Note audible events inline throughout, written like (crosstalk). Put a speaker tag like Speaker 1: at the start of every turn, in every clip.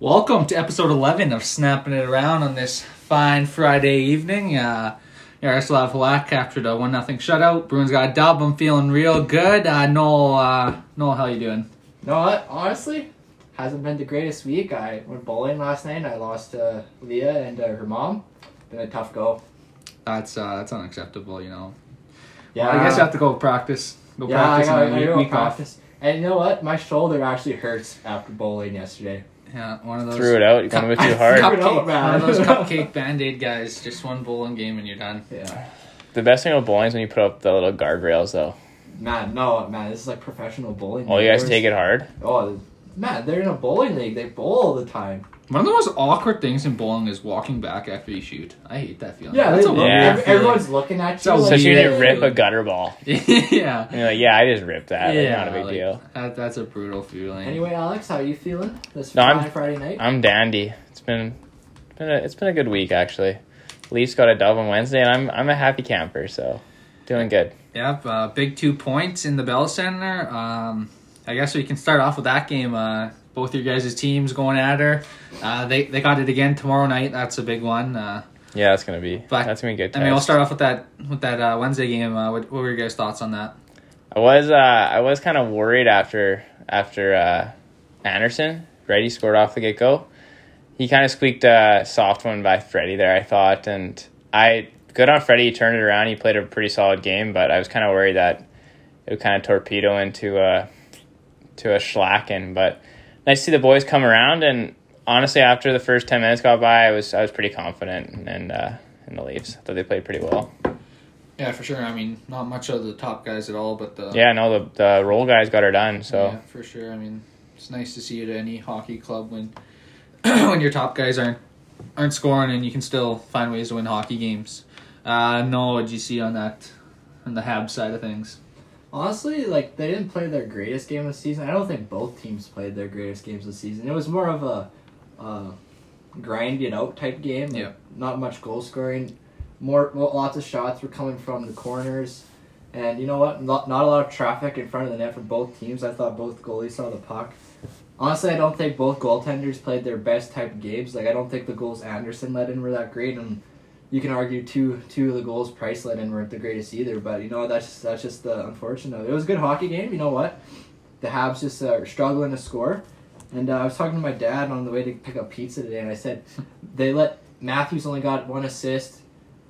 Speaker 1: Welcome to episode 11 of Snapping It Around on this fine Friday evening. Uh, Yaroslav Halak captured a 1 nothing shutout. Bruins got a dub. I'm feeling real good. Uh, Noel, uh, Noel, how you doing?
Speaker 2: No, I- honestly, hasn't been the greatest week. I went bowling last night and I lost uh, Leah and uh, her mom. Been a tough go.
Speaker 1: That's uh, that's unacceptable, you know.
Speaker 2: Yeah,
Speaker 1: I guess you have to go practice. Go
Speaker 2: Um, yeah,
Speaker 1: practice
Speaker 2: I
Speaker 1: on
Speaker 2: got
Speaker 1: a
Speaker 2: I
Speaker 1: week,
Speaker 2: gotta
Speaker 1: week off.
Speaker 2: practice. And you know what? My shoulder actually hurts after bowling yesterday.
Speaker 1: Yeah, one of those.
Speaker 3: Threw it out. You kind
Speaker 1: (laughs)
Speaker 3: of bit too
Speaker 2: Cup-
Speaker 3: hard.
Speaker 2: Threw it out,
Speaker 1: Cupcake,
Speaker 2: man.
Speaker 1: one of those
Speaker 2: (laughs)
Speaker 1: cupcake band aid guys. Just one bowling game and you're done.
Speaker 2: Yeah,
Speaker 3: The best thing about bowling is when you put up the little guardrails, though.
Speaker 2: man, no, man, this is like professional bowling.
Speaker 3: All you guys
Speaker 2: Where's-
Speaker 3: take it hard.
Speaker 2: Oh, man, they're in a bowling league. They bowl all the time.
Speaker 1: One of the most awkward things in bowling is walking back after you shoot. I hate that feeling.
Speaker 2: Yeah,
Speaker 1: that's
Speaker 2: they,
Speaker 1: a
Speaker 3: Yeah.
Speaker 1: weird
Speaker 2: every-
Speaker 1: feeling.
Speaker 2: everyone's looking at you.
Speaker 1: So
Speaker 3: So
Speaker 1: Like,
Speaker 3: you
Speaker 1: yeah.
Speaker 3: didn't rip a gutter ball.
Speaker 1: (laughs) yeah.
Speaker 3: And you're like, yeah, I just ripped that. Like, not a big
Speaker 1: like,
Speaker 3: deal.
Speaker 1: That, that's a brutal feeling.
Speaker 2: Anyway, Alex, how are you feeling this
Speaker 3: No, I'm-
Speaker 2: fine Friday night?
Speaker 3: I'm dandy. It's been, been a, it's been a good week actually. Leafs got a dub on Wednesday, and I'm I'm a happy camper, so doing good.
Speaker 1: Yep, uh, big two points in the Bell Center. Um, I guess we can start off with that game. Uh, both your guys' teams going at her. Uh, they they got it again tomorrow night. That's a big one. Uh,
Speaker 3: Yeah, that's gonna be
Speaker 1: But,
Speaker 3: that's gonna be a good.
Speaker 1: I mean, we'll
Speaker 3: test.
Speaker 1: start off with that with that uh, Wednesday game. Uh, what, what were your guys' thoughts on that?
Speaker 3: I was uh, I was kind of worried after after uh, Anderson Brady scored off the get go. He kind of squeaked a soft one by Freddie there, I thought, and I good on Freddie. He turned it around. He played a pretty solid game, but I was kind of worried that it would kind of torpedo into a to a schlacking. But nice to see the boys come around, and honestly, after the first ten minutes got by, I was I was pretty confident and uh, in the Leafs. I thought they played pretty well.
Speaker 1: Yeah, for sure. I mean, not much of the top guys at all, but the
Speaker 3: Yeah, no, the the roll guys got her done. So.
Speaker 1: Oh. Yeah, for sure. I mean, it's nice to see it at any hockey club when (clears throat) when your top guys aren't aren't scoring and you can still find ways to win hockey games. Uh, no, what did you see on that on the Hab side of things?
Speaker 2: Honestly, like they didn't play their greatest game of the season. I don't think both teams played their greatest games of the season. It was more of a uh, grind it out type game. like,
Speaker 1: Yeah.
Speaker 2: Not much goal scoring. More well, lots of shots were coming from the corners, and you know what? Not, not a lot of traffic in front of the net from both teams. I thought both goalies saw the puck. Honestly, I don't think both goaltenders played their best type of games. Like I don't think the goals Anderson let in were that great, and you can argue two two of the goals Price let in weren't the greatest either, but you know that's just, that's just the unfortunate. of it. It was a good hockey game. You know what? The Habs just uh, are struggling to score, and uh, I was talking to my dad on the way to pick up pizza today, and
Speaker 1: (laughs)
Speaker 2: I said they let Matthews only got one assist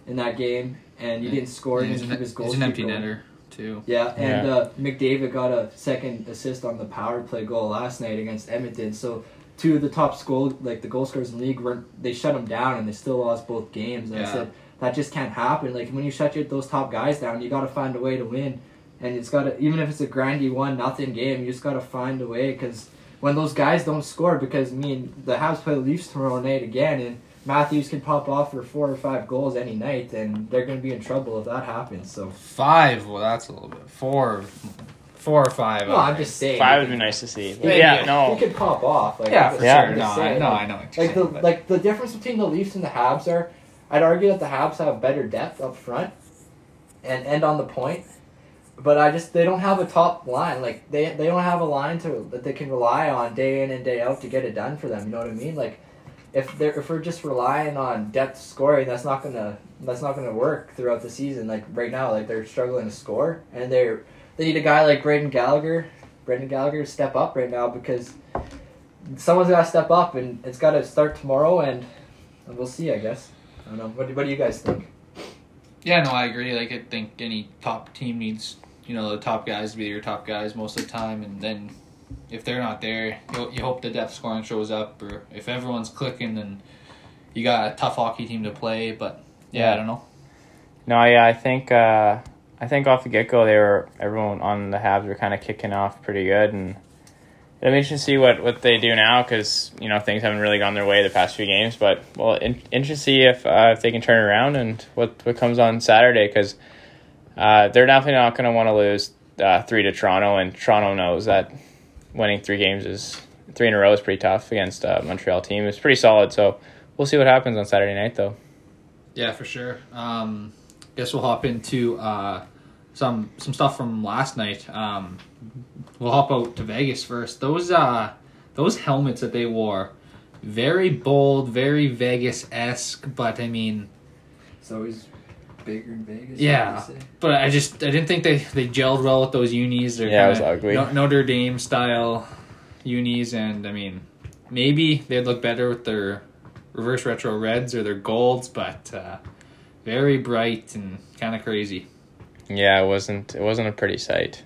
Speaker 2: in that game, and he didn't score. He
Speaker 1: It's
Speaker 2: didn't
Speaker 1: an,
Speaker 2: keep his goals.
Speaker 1: it's an empty netter too.
Speaker 2: Yeah, and
Speaker 3: Yeah.
Speaker 2: Uh, McDavid got a second assist on the power play goal last night against Edmonton. So two of the top goal like the goal scorers in the league weren't they shut them down and they still lost both games. And
Speaker 1: Yeah.
Speaker 2: I said that just can't happen. Like when you shut your, those top guys down, you got to find a way to win. And it's got to even if it's a grindy one nothing game, you just got to find a way because when those guys don't score, because I mean the Habs play the Leafs tomorrow night again, and Matthews can pop off for four or five goals any night, then they're going to be in trouble if that happens. So.
Speaker 1: Five. Well, that's a little bit. Four. Four or five.
Speaker 2: No, I'm just saying.
Speaker 3: Five would be nice to see. But
Speaker 2: Maybe.
Speaker 3: yeah,
Speaker 2: He
Speaker 3: no.
Speaker 2: could pop off. Like,
Speaker 1: Yeah, for
Speaker 3: Yeah.
Speaker 1: sure.
Speaker 2: I'm
Speaker 1: No,
Speaker 2: just
Speaker 1: I,
Speaker 2: saying,
Speaker 1: no, I
Speaker 2: like-
Speaker 1: know. What you're
Speaker 2: (laughs) Like the
Speaker 1: saying, but-
Speaker 2: like the difference between the Leafs and the Habs are, I'd argue that the Habs have better depth up front, and end on the point. But I just they don't have a top line. Like they they don't have a line to that they can rely on day in and day out to get it done for them. You know what I mean? Like if they're if we're just relying on depth scoring, that's not gonna that's not gonna work throughout the season. Like right now, like they're struggling to score, and they're they need a guy like Braden Gallagher, Braden Gallagher to step up right now because someone's got to step up, and it's got to start tomorrow, and we'll see. I guess. I don't know. What do, what do you guys think?
Speaker 1: Yeah, no, I agree. Like, I think any top team needs, you know, the top guys to be your top guys most of the time, and then if they're not there, you, you hope the depth scoring shows up, or if everyone's clicking, then you got a tough hockey team to play. But yeah, I don't know.
Speaker 3: No, yeah, I think uh, I think off the get go they were everyone on the Habs were kind of kicking off pretty good, and it'll be interesting to see what, what they do now because you know things haven't really gone their way the past few games. But well, in, interesting to see if uh, if they can turn around and what what comes on Saturday because uh, they're definitely not going to want to lose uh, three to Toronto, and Toronto knows that winning three games is three in a row is pretty tough against uh, Montreal team. It's pretty solid, so we'll see what happens on Saturday night though.
Speaker 1: Yeah, for sure. Um, guess we'll hop into uh, some some stuff from last night. Um, we'll hop out to Vegas first. Those uh, those helmets that they wore very bold, very Vegas esque, but I mean,
Speaker 4: It's always bigger in Vegas.
Speaker 1: Yeah.
Speaker 4: I would say.
Speaker 1: but I just I didn't think they they gelled well with those unis. They're
Speaker 3: Yeah, it was
Speaker 1: kinda
Speaker 3: ugly.
Speaker 1: No- Notre Dame style unis, and I mean, maybe they'd look better with their reverse retro reds or their golds, but uh, very bright and kind of crazy.
Speaker 3: Yeah, it wasn't it wasn't a pretty sight,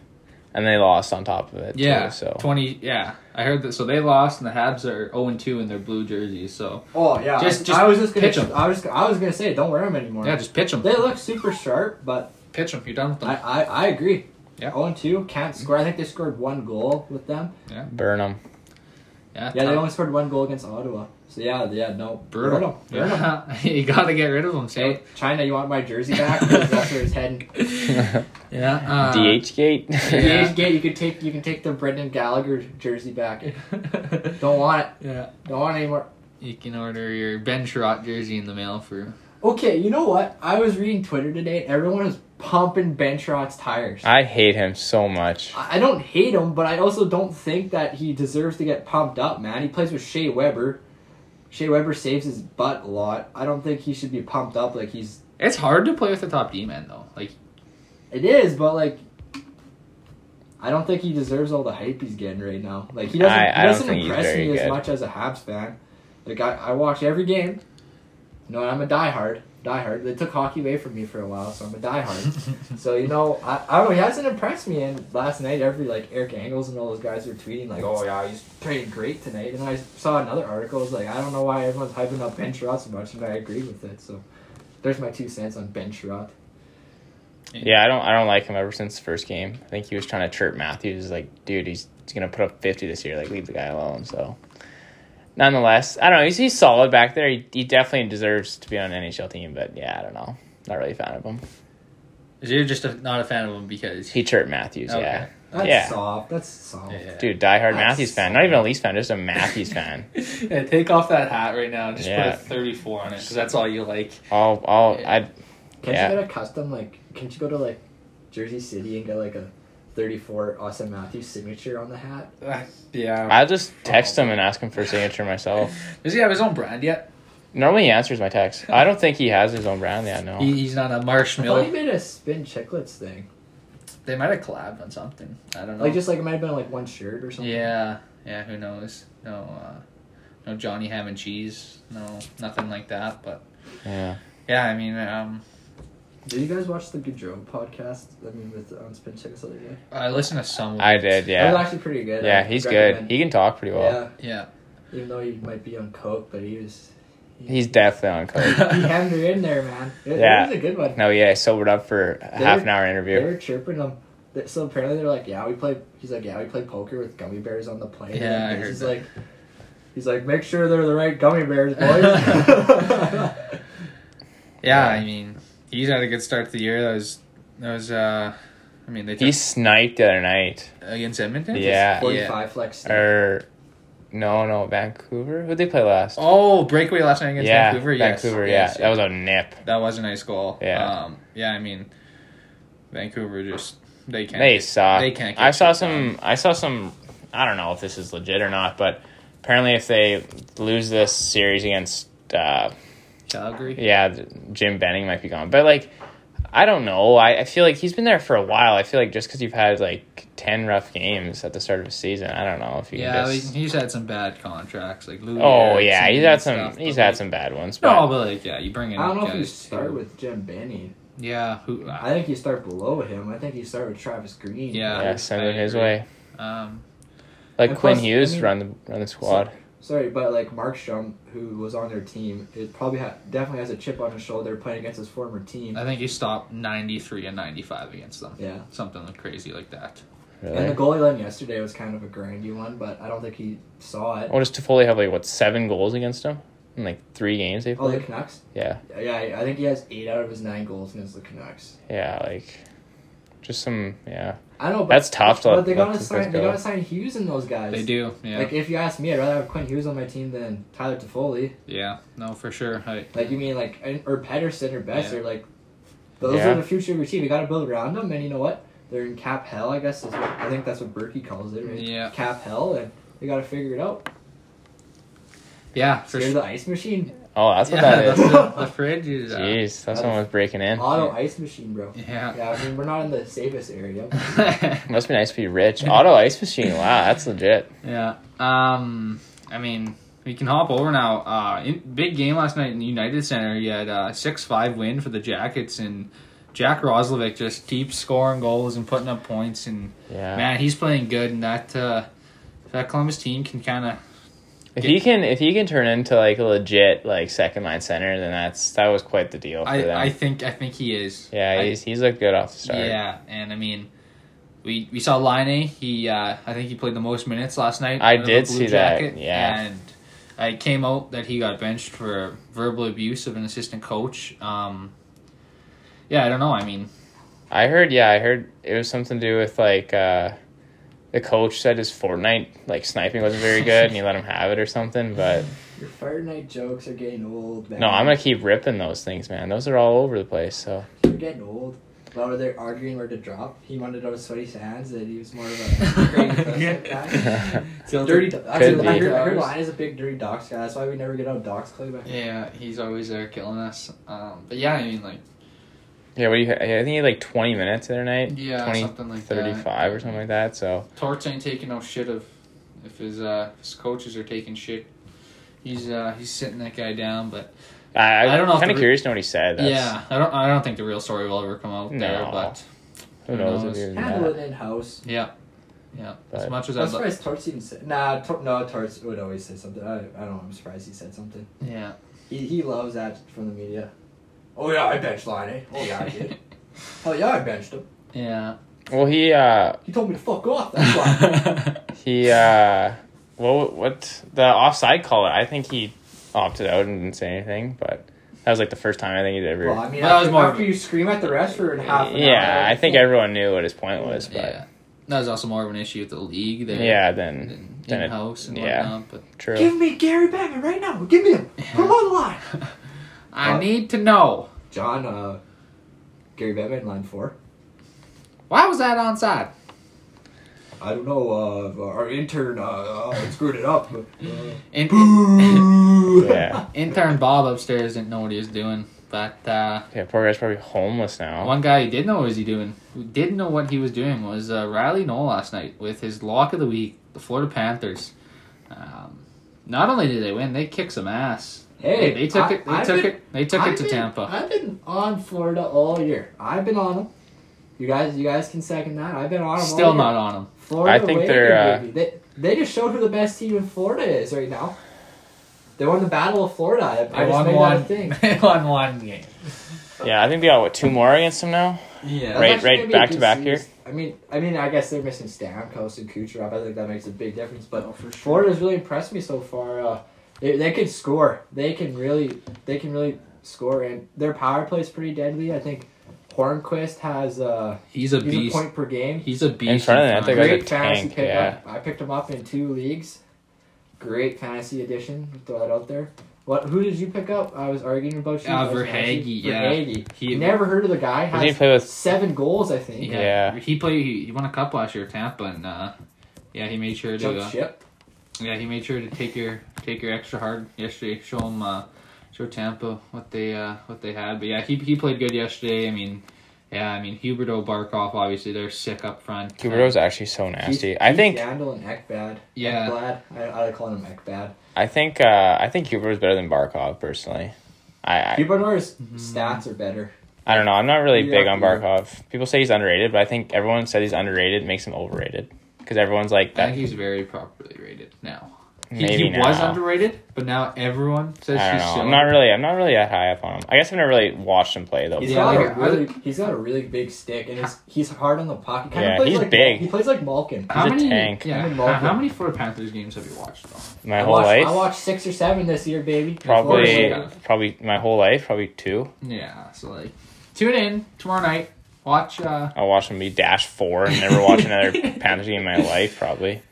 Speaker 3: and they lost on top of it.
Speaker 1: Yeah,
Speaker 3: too, so
Speaker 1: twenty. Yeah, I heard that. So they lost, and the Habs are zero and two in their blue jerseys. So
Speaker 2: Oh yeah,
Speaker 1: Just-
Speaker 2: I,
Speaker 1: just
Speaker 2: I was just gonna,
Speaker 1: pitch 'em.
Speaker 2: I was, I was gonna say, don't wear them anymore.
Speaker 1: yeah, just pitch them.
Speaker 2: they look super sharp, but
Speaker 1: Pitch them. You're done with them.
Speaker 2: I, I, I agree.
Speaker 1: Yeah.
Speaker 2: zero and two can't score. I think they scored one goal with them.
Speaker 3: burn them.
Speaker 1: yeah,
Speaker 2: Yeah,
Speaker 1: tough.
Speaker 2: they only scored one goal against Ottawa. So yeah, yeah, no,
Speaker 1: Brutal.
Speaker 2: Burn 'em. Burn (laughs) 'em.
Speaker 1: Yeah. (laughs) you gotta get rid of them, say.
Speaker 2: China, you want my jersey back? 'Cause that's where
Speaker 1: (laughs)
Speaker 2: his head.
Speaker 1: Yeah.
Speaker 3: DH gate.
Speaker 1: Uh, Yeah.
Speaker 2: Yeah. Gate, you can take, you can take the Brendan Gallagher jersey back.
Speaker 1: DH.
Speaker 3: (laughs)
Speaker 2: Don't want it.
Speaker 1: uh, (laughs) yeah.
Speaker 2: Don't want it anymore.
Speaker 1: You can order your Ben Sherratt jersey in the mail for.
Speaker 2: Okay, you know what? I was reading Twitter today. and Everyone was pumping Ben Sherratt's tires. I,
Speaker 3: (laughs) I hate him so much.
Speaker 2: I don't hate him, but I also don't think that he deserves to get pumped up, man. He plays with Shea Weber. Shea Weber saves his butt a lot. I don't think he should be pumped up like he's.
Speaker 1: It's hard to play with the top D man though.
Speaker 2: (laughs)
Speaker 1: Like
Speaker 2: It is, but like. I don't think he deserves all the hype he's getting right now. Like he doesn't.
Speaker 3: I- I
Speaker 2: he
Speaker 3: don't
Speaker 2: doesn't
Speaker 3: think he's
Speaker 2: impress
Speaker 3: very
Speaker 2: me as
Speaker 3: good.
Speaker 2: much as a Habs fan. Like I, I watch every game. You know, and I'm a diehard. Diehard. They took hockey away from me for a while, so I'm a diehard. So you know, I, I don't know. He hasn't impressed me. And last night, every like Eric Angles and all those guys were tweeting like, "Oh yeah, he's playing great tonight." And I saw another article. It's like I don't know why everyone's hyping up Ben Sherratt so much, and I agree with it. So there's my two cents on Ben Sherratt.
Speaker 3: Yeah, I don't I don't like him ever since the first game. I think he was trying to chirp Matthews he's like, dude, he's, he's gonna put up fifty this year, like leave the guy alone, so nonetheless, I don't know, he's he's solid back there. He, he definitely deserves to be on an NHL team, but yeah, I don't know. Not really a fan of him.
Speaker 1: you're just a, not a fan of him because
Speaker 3: He chirped Matthews,
Speaker 1: Okay.
Speaker 3: yeah.
Speaker 2: That's
Speaker 3: Yeah.
Speaker 2: soft. That's soft.
Speaker 3: Dude, diehard
Speaker 2: That's-
Speaker 3: Matthews fan. Not even a Leafs fan, just a
Speaker 1: (laughs)
Speaker 3: Matthews fan.
Speaker 1: Yeah, take off that hat right now and just
Speaker 3: Yeah.
Speaker 1: put a 34 on it because that's all you like.
Speaker 3: All all I
Speaker 2: Can
Speaker 3: Yeah.
Speaker 2: not you get a custom like? Can not you go to like Jersey City and get like a 34 Austin Matthews signature on the hat?
Speaker 1: Uh, Yeah.
Speaker 3: I'll just text him and ask him for a signature myself.
Speaker 1: Does he have his own brand yet?
Speaker 3: Normally he answers my text. I don't think he has his own brand, yeah, no.
Speaker 1: He, he's not a
Speaker 2: I thought he
Speaker 1: marshmallow.
Speaker 2: made a spin chicklets thing.
Speaker 1: They might have collabed on something. I don't know.
Speaker 2: Like just like it might have been like one shirt or something.
Speaker 1: Yeah, yeah. Who knows? No, uh, no Johnny Ham and Cheese. No, nothing like that. But
Speaker 3: Yeah.
Speaker 1: yeah, I mean, um,
Speaker 2: Did you guys watch the Gaudreau podcast? I mean, with on Spin Chicks the other day.
Speaker 1: I listened to some. Of
Speaker 3: I
Speaker 1: it.
Speaker 2: That was
Speaker 3: did, yeah.
Speaker 2: actually pretty good.
Speaker 3: Yeah,
Speaker 2: I
Speaker 3: he's good.
Speaker 2: recommend-
Speaker 3: He can talk pretty well.
Speaker 1: Yeah,
Speaker 2: Yeah, even though he might be on coke, but he was. He,
Speaker 3: He's definitely
Speaker 1: (laughs)
Speaker 3: on
Speaker 2: (laughs)
Speaker 3: coke.
Speaker 2: he hemmed her in there, man. It,
Speaker 3: Yeah.
Speaker 2: it was a good one.
Speaker 3: No, yeah, I sobered up for a half an hour
Speaker 2: They
Speaker 3: interview.
Speaker 2: were chirping him. They- So apparently they're like, yeah, we play. He's like, yeah, we play poker with gummy bears on the plane.
Speaker 1: Yeah, I
Speaker 2: And
Speaker 1: heard
Speaker 2: he's
Speaker 1: that.
Speaker 2: like, he's like, make sure they're the right gummy bears,
Speaker 1: (laughs)
Speaker 3: (laughs)
Speaker 2: boys.
Speaker 1: yeah.
Speaker 3: Yeah.
Speaker 1: I mean, he's had a good start to the year. That was that was. Uh, I mean, they took
Speaker 3: He sniped the other night.
Speaker 1: against Edmonton.
Speaker 3: Yeah.
Speaker 2: Forty-five flex. stick.
Speaker 3: Or no, no, Vancouver. Who'd they play last?
Speaker 1: Oh, breakaway last night against
Speaker 3: yeah,
Speaker 1: Vancouver. Yes,
Speaker 3: Vancouver.
Speaker 1: yes,
Speaker 3: yeah, that was a nip.
Speaker 1: that was a nice goal.
Speaker 3: Yeah.
Speaker 1: Um, yeah. I mean, Vancouver just they can't.
Speaker 3: They suck.
Speaker 1: They can't. get
Speaker 3: I saw
Speaker 1: shit done.
Speaker 3: some. I saw some. I don't know if this is legit or not, but apparently, if they lose this series against, uh,
Speaker 1: Calgary.
Speaker 3: yeah, th- Jim Benning might be gone. But like, I don't know. I, I feel like he's been there for a while. I feel like just because you've had like ten rough games at the start of a season, I don't know if you.
Speaker 1: Yeah,
Speaker 3: can just...
Speaker 1: he- he's had some bad contracts. Like Louis
Speaker 3: Oh
Speaker 1: Eriksson
Speaker 3: yeah, he's
Speaker 1: and
Speaker 3: had some.
Speaker 1: stuff, but,
Speaker 3: he's
Speaker 1: like,
Speaker 3: had some bad ones. But
Speaker 1: No, but like yeah, you bring in.
Speaker 2: I don't know if you
Speaker 1: guys
Speaker 2: start
Speaker 1: who-
Speaker 2: with Jim Benning.
Speaker 1: Yeah, who?
Speaker 2: I think you start below him. I think you start with Travis Green.
Speaker 1: Yeah.
Speaker 3: yeah, send
Speaker 1: I
Speaker 3: it his
Speaker 1: agree.
Speaker 3: way.
Speaker 1: Um,
Speaker 3: Like
Speaker 2: And
Speaker 3: Quinn
Speaker 2: plus, I
Speaker 3: Hughes
Speaker 2: mean-
Speaker 3: run the run the squad.
Speaker 2: Sorry, but like Markstrom, who was on their team, it probably ha- definitely has a chip on his shoulder playing against his former team.
Speaker 3: Uh,
Speaker 1: I think he stopped ninety three and ninety five against them.
Speaker 2: Yeah.
Speaker 1: something like crazy like that.
Speaker 2: And the
Speaker 3: really.
Speaker 2: goalie line yesterday was kind of a grindy one, but I don't think he saw it.
Speaker 3: What does Toffoli have? Like what seven goals against him in like three games they
Speaker 2: Oh, the
Speaker 3: played?
Speaker 2: Canucks?
Speaker 3: yeah,
Speaker 2: Yeah, I I think he has eight out of his nine goals against the Canucks.
Speaker 3: yeah, like just some. Yeah,
Speaker 2: I know, but
Speaker 3: That's tough to
Speaker 2: But they
Speaker 3: let
Speaker 2: gotta
Speaker 3: those guys
Speaker 2: sign. They
Speaker 3: go.
Speaker 2: gotta sign Hughes and those guys.
Speaker 1: They do. Yeah,
Speaker 2: Like if you ask me, I'd rather have Quinn Hughes on my team than Tyler Toffoli.
Speaker 1: yeah. No, for sure. I,
Speaker 2: Like you mean like and- or Pedersen or Besser? Like those
Speaker 3: Yeah.
Speaker 2: are the future of your team. You got to build around them, and you know what? They're in cap hell. I guess is what, I think that's what Berkey calls it. Right?
Speaker 1: Yeah.
Speaker 2: Cap hell, and you got to figure it out.
Speaker 1: Yeah, for
Speaker 2: You're
Speaker 1: sure.
Speaker 2: the ice machine.
Speaker 3: Oh, that's
Speaker 1: yeah,
Speaker 3: what that
Speaker 1: that's
Speaker 3: is.
Speaker 1: what the fridge is. uh,
Speaker 3: Jeez, that's someone was breaking in.
Speaker 2: Auto ice machine, bro.
Speaker 1: Yeah.
Speaker 2: Yeah, I mean we're not in the safest area.
Speaker 3: Must be nice to be rich. Auto ice machine. Wow, that's legit.
Speaker 1: (laughs) yeah. Um, I mean, we can hop over now. Uh, in, big game last night in the United Center. You had a six-five win for the Jackets, and Jack Roslovic just keeps scoring goals and putting up points. And
Speaker 3: Yeah.
Speaker 1: man, he's playing good, and that uh, that Columbus team can kind of
Speaker 3: If he can, if he can turn into like a legit like second line center, then that's that was quite the deal for
Speaker 1: I,
Speaker 3: them.
Speaker 1: I think I think he is.
Speaker 3: yeah,
Speaker 1: I-
Speaker 3: he's he's looked good off the start.
Speaker 1: Yeah, and I mean, we we saw Line He uh, I think he played the most minutes last night.
Speaker 3: I
Speaker 1: under the
Speaker 3: did
Speaker 1: Blue
Speaker 3: see that, yeah.
Speaker 1: and it came out that he got benched for verbal abuse of an assistant coach. Um, yeah, I don't know. I mean,
Speaker 3: I heard. Yeah, I heard it was something to do with like uh, the coach said his Fortnite like sniping wasn't very good, and he let him have it or something. (laughs) But
Speaker 2: Your Friday night jokes are getting old. Man.
Speaker 3: no, I'm gonna keep ripping those things, man. Those are all over the place. So
Speaker 2: You're getting old. While they are arguing where to drop, he wanted out of sweaty sands that he was more of a (laughs) great defensive guy. dirty. Do- actually, I
Speaker 3: be.
Speaker 2: heard, I heard Lion is a big dirty docs guy. That's why we never get out of docs clay back.
Speaker 1: Yeah, he's always there killing us. Um, but yeah, I mean, like
Speaker 3: (laughs) yeah, what do you? I think he had like 20 minutes the other night.
Speaker 1: yeah,
Speaker 3: 20,
Speaker 1: something like that.
Speaker 3: 35 or something like that. So
Speaker 1: Torts ain't taking no shit of if his uh his coaches are taking shit. He's uh he's sitting that guy down, but
Speaker 3: I, I,
Speaker 1: I don't know if
Speaker 3: Kind
Speaker 1: the
Speaker 3: of
Speaker 1: re-
Speaker 3: curious to know what he said. That's,
Speaker 1: yeah, I don't I don't think the real story will ever come out there,
Speaker 3: No.
Speaker 1: but
Speaker 3: Who knows? if he
Speaker 1: knows?
Speaker 3: was mad.
Speaker 2: Handle it in house.
Speaker 1: yeah. Yeah. as
Speaker 3: But-
Speaker 1: much as
Speaker 2: I'm
Speaker 1: I'd like
Speaker 2: surprised Torts even said. Nah, Tor- no, Torts would always say something. I, I don't know. I'm surprised he said something.
Speaker 1: Yeah.
Speaker 2: He, he loves that from the media. Oh yeah, I benched Lion. Oh yeah, I did. (laughs) Hell yeah, I benched him.
Speaker 1: (laughs) yeah.
Speaker 3: Well, he uh,
Speaker 2: He told me to fuck off.
Speaker 1: (laughs)
Speaker 2: That's (laughs) why.
Speaker 3: He uh well what the offside call I think he opted out and didn't say anything, but that was like the first time I think he'd ever
Speaker 2: well, I mean,
Speaker 1: Well, that was
Speaker 2: after,
Speaker 1: more of
Speaker 2: after
Speaker 1: a-
Speaker 2: you scream at the rest for half an hour.
Speaker 3: Yeah, I think
Speaker 2: yeah.
Speaker 3: everyone knew what his point was, but
Speaker 1: yeah. That was also more of an issue with the league there.
Speaker 3: yeah, then
Speaker 1: In
Speaker 3: Then it-
Speaker 1: house and
Speaker 3: yeah.
Speaker 1: whatnot, but
Speaker 3: true.
Speaker 2: Give me Gary Batman right now. Give me him. Put him on the line.
Speaker 1: I
Speaker 2: Uh,
Speaker 1: need to know
Speaker 2: (laughs) John, uh, Gary Batman, line four.
Speaker 1: why was that onside?
Speaker 2: I don't know. Uh, our intern uh, uh, screwed it up. But, (laughs) uh,
Speaker 1: In,
Speaker 2: boo.
Speaker 3: Yeah.
Speaker 1: (laughs) intern Bob upstairs didn't know what he was doing, but uh,
Speaker 3: Yeah, poor guy's probably homeless now.
Speaker 1: One guy who did know what he was doing, who didn't know what he was doing, was uh, Riley Knoll last night with his lock of the week, the Florida Panthers. Um, not only did they win, they kicked some ass.
Speaker 2: Hey,
Speaker 1: they took
Speaker 2: I-
Speaker 1: it. They
Speaker 2: I've
Speaker 1: took
Speaker 2: been-
Speaker 1: it. They took
Speaker 2: I've
Speaker 1: it to
Speaker 2: been-
Speaker 1: Tampa.
Speaker 2: I've been on Florida all year. I've been on them. You guys, you guys can second that. I've been on them.
Speaker 1: Still not on them.
Speaker 2: Florida.
Speaker 3: I think
Speaker 2: way,
Speaker 1: uh,
Speaker 3: they're,
Speaker 2: baby. They, they just showed who the best team in Florida is right now. They won the Battle of Florida. I, I just made that
Speaker 1: (laughs)
Speaker 2: a thing.
Speaker 1: they won one game.
Speaker 3: Yeah, I think they got what two more against him now?
Speaker 1: Yeah.
Speaker 2: That's
Speaker 3: Right.
Speaker 2: actually gonna be a
Speaker 3: back
Speaker 2: good
Speaker 3: to back
Speaker 2: series. I mean, I mean, I guess they're missing Stamkos and Kucherov. I think that makes a big difference. But Florida's really impressed me so far. Uh, they they can score. They can really they can really score, and their power play is pretty deadly. I think Hornquist has uh,
Speaker 1: He's a
Speaker 2: he's a
Speaker 1: beast.
Speaker 2: point per game.
Speaker 1: He's a beast.
Speaker 3: In front of
Speaker 1: in
Speaker 3: that, they
Speaker 1: front.
Speaker 3: got a
Speaker 2: Great fantasy
Speaker 3: tank,
Speaker 2: pickup. I picked him up in two leagues. Great fantasy edition. Throw that out there. What? Who did you pick up? I was arguing about you.
Speaker 1: Uh,
Speaker 2: I was fancy.
Speaker 1: Verhaeghe, yeah.
Speaker 2: Verhaeghe.
Speaker 1: He-
Speaker 2: Never heard of the guy. Has
Speaker 3: Does he play with
Speaker 2: seven goals, I think.
Speaker 1: Yeah.
Speaker 3: Yeah.
Speaker 1: He played. He, he won a cup last year at Tampa, and uh, yeah, he made sure to.
Speaker 2: Jump
Speaker 1: Uh,
Speaker 2: ship.
Speaker 1: Yeah, he made sure to take your take your extra hard yesterday. Show him, uh, show Tampa what they uh, what they had. But yeah, he he played good yesterday. I mean, yeah, I mean Huberto Barkov obviously they're sick up front.
Speaker 3: Huberto's actually so nasty. I think
Speaker 2: Yandel and Ekblad.
Speaker 1: Yeah.
Speaker 2: Ekblad. I, I like calling him Ekblad.
Speaker 3: I think uh I think Huberto's better than Barkov personally. I, I
Speaker 2: Hubertor's
Speaker 1: Mm-hmm.
Speaker 2: stats are better.
Speaker 3: I don't know. I'm not really
Speaker 2: Yeah,
Speaker 3: big on
Speaker 2: yeah.
Speaker 3: Barkov. People say he's underrated, but I think everyone said he's underrated makes him overrated because everyone's like
Speaker 1: I
Speaker 2: Uh,
Speaker 1: think
Speaker 3: that.
Speaker 1: he's very properly rated now. He,
Speaker 3: Maybe
Speaker 1: he
Speaker 3: now.
Speaker 1: was underrated, but now everyone says
Speaker 3: I don't
Speaker 1: he's
Speaker 3: know.
Speaker 1: so.
Speaker 3: I'm not really. I'm not really that high up on him. I guess I've never really watched him play though.
Speaker 2: He's
Speaker 1: Yeah,
Speaker 2: got
Speaker 1: like,
Speaker 2: a
Speaker 1: I-
Speaker 2: really, he's got a really big stick, and he's, he's hard on the puck. He kinda
Speaker 3: Yeah,
Speaker 2: plays
Speaker 3: he's
Speaker 2: like,
Speaker 3: big.
Speaker 2: He plays like Malkin.
Speaker 1: how
Speaker 3: a
Speaker 1: many?
Speaker 3: tank.
Speaker 1: Yeah,
Speaker 2: I'm in
Speaker 1: how,
Speaker 2: love
Speaker 1: how
Speaker 2: with-
Speaker 1: many Florida Panthers games have you watched? Though?
Speaker 3: my
Speaker 2: I
Speaker 3: whole
Speaker 2: watched,
Speaker 3: life,
Speaker 2: I watched six or seven this year, baby.
Speaker 3: probably,
Speaker 1: Florida.
Speaker 3: probably my whole life, probably two.
Speaker 1: Yeah, so like, tune in tomorrow night. Watch.
Speaker 2: (laughs)
Speaker 1: uh
Speaker 3: I watched him be dash four and never watch another Panthers game in my life. Probably.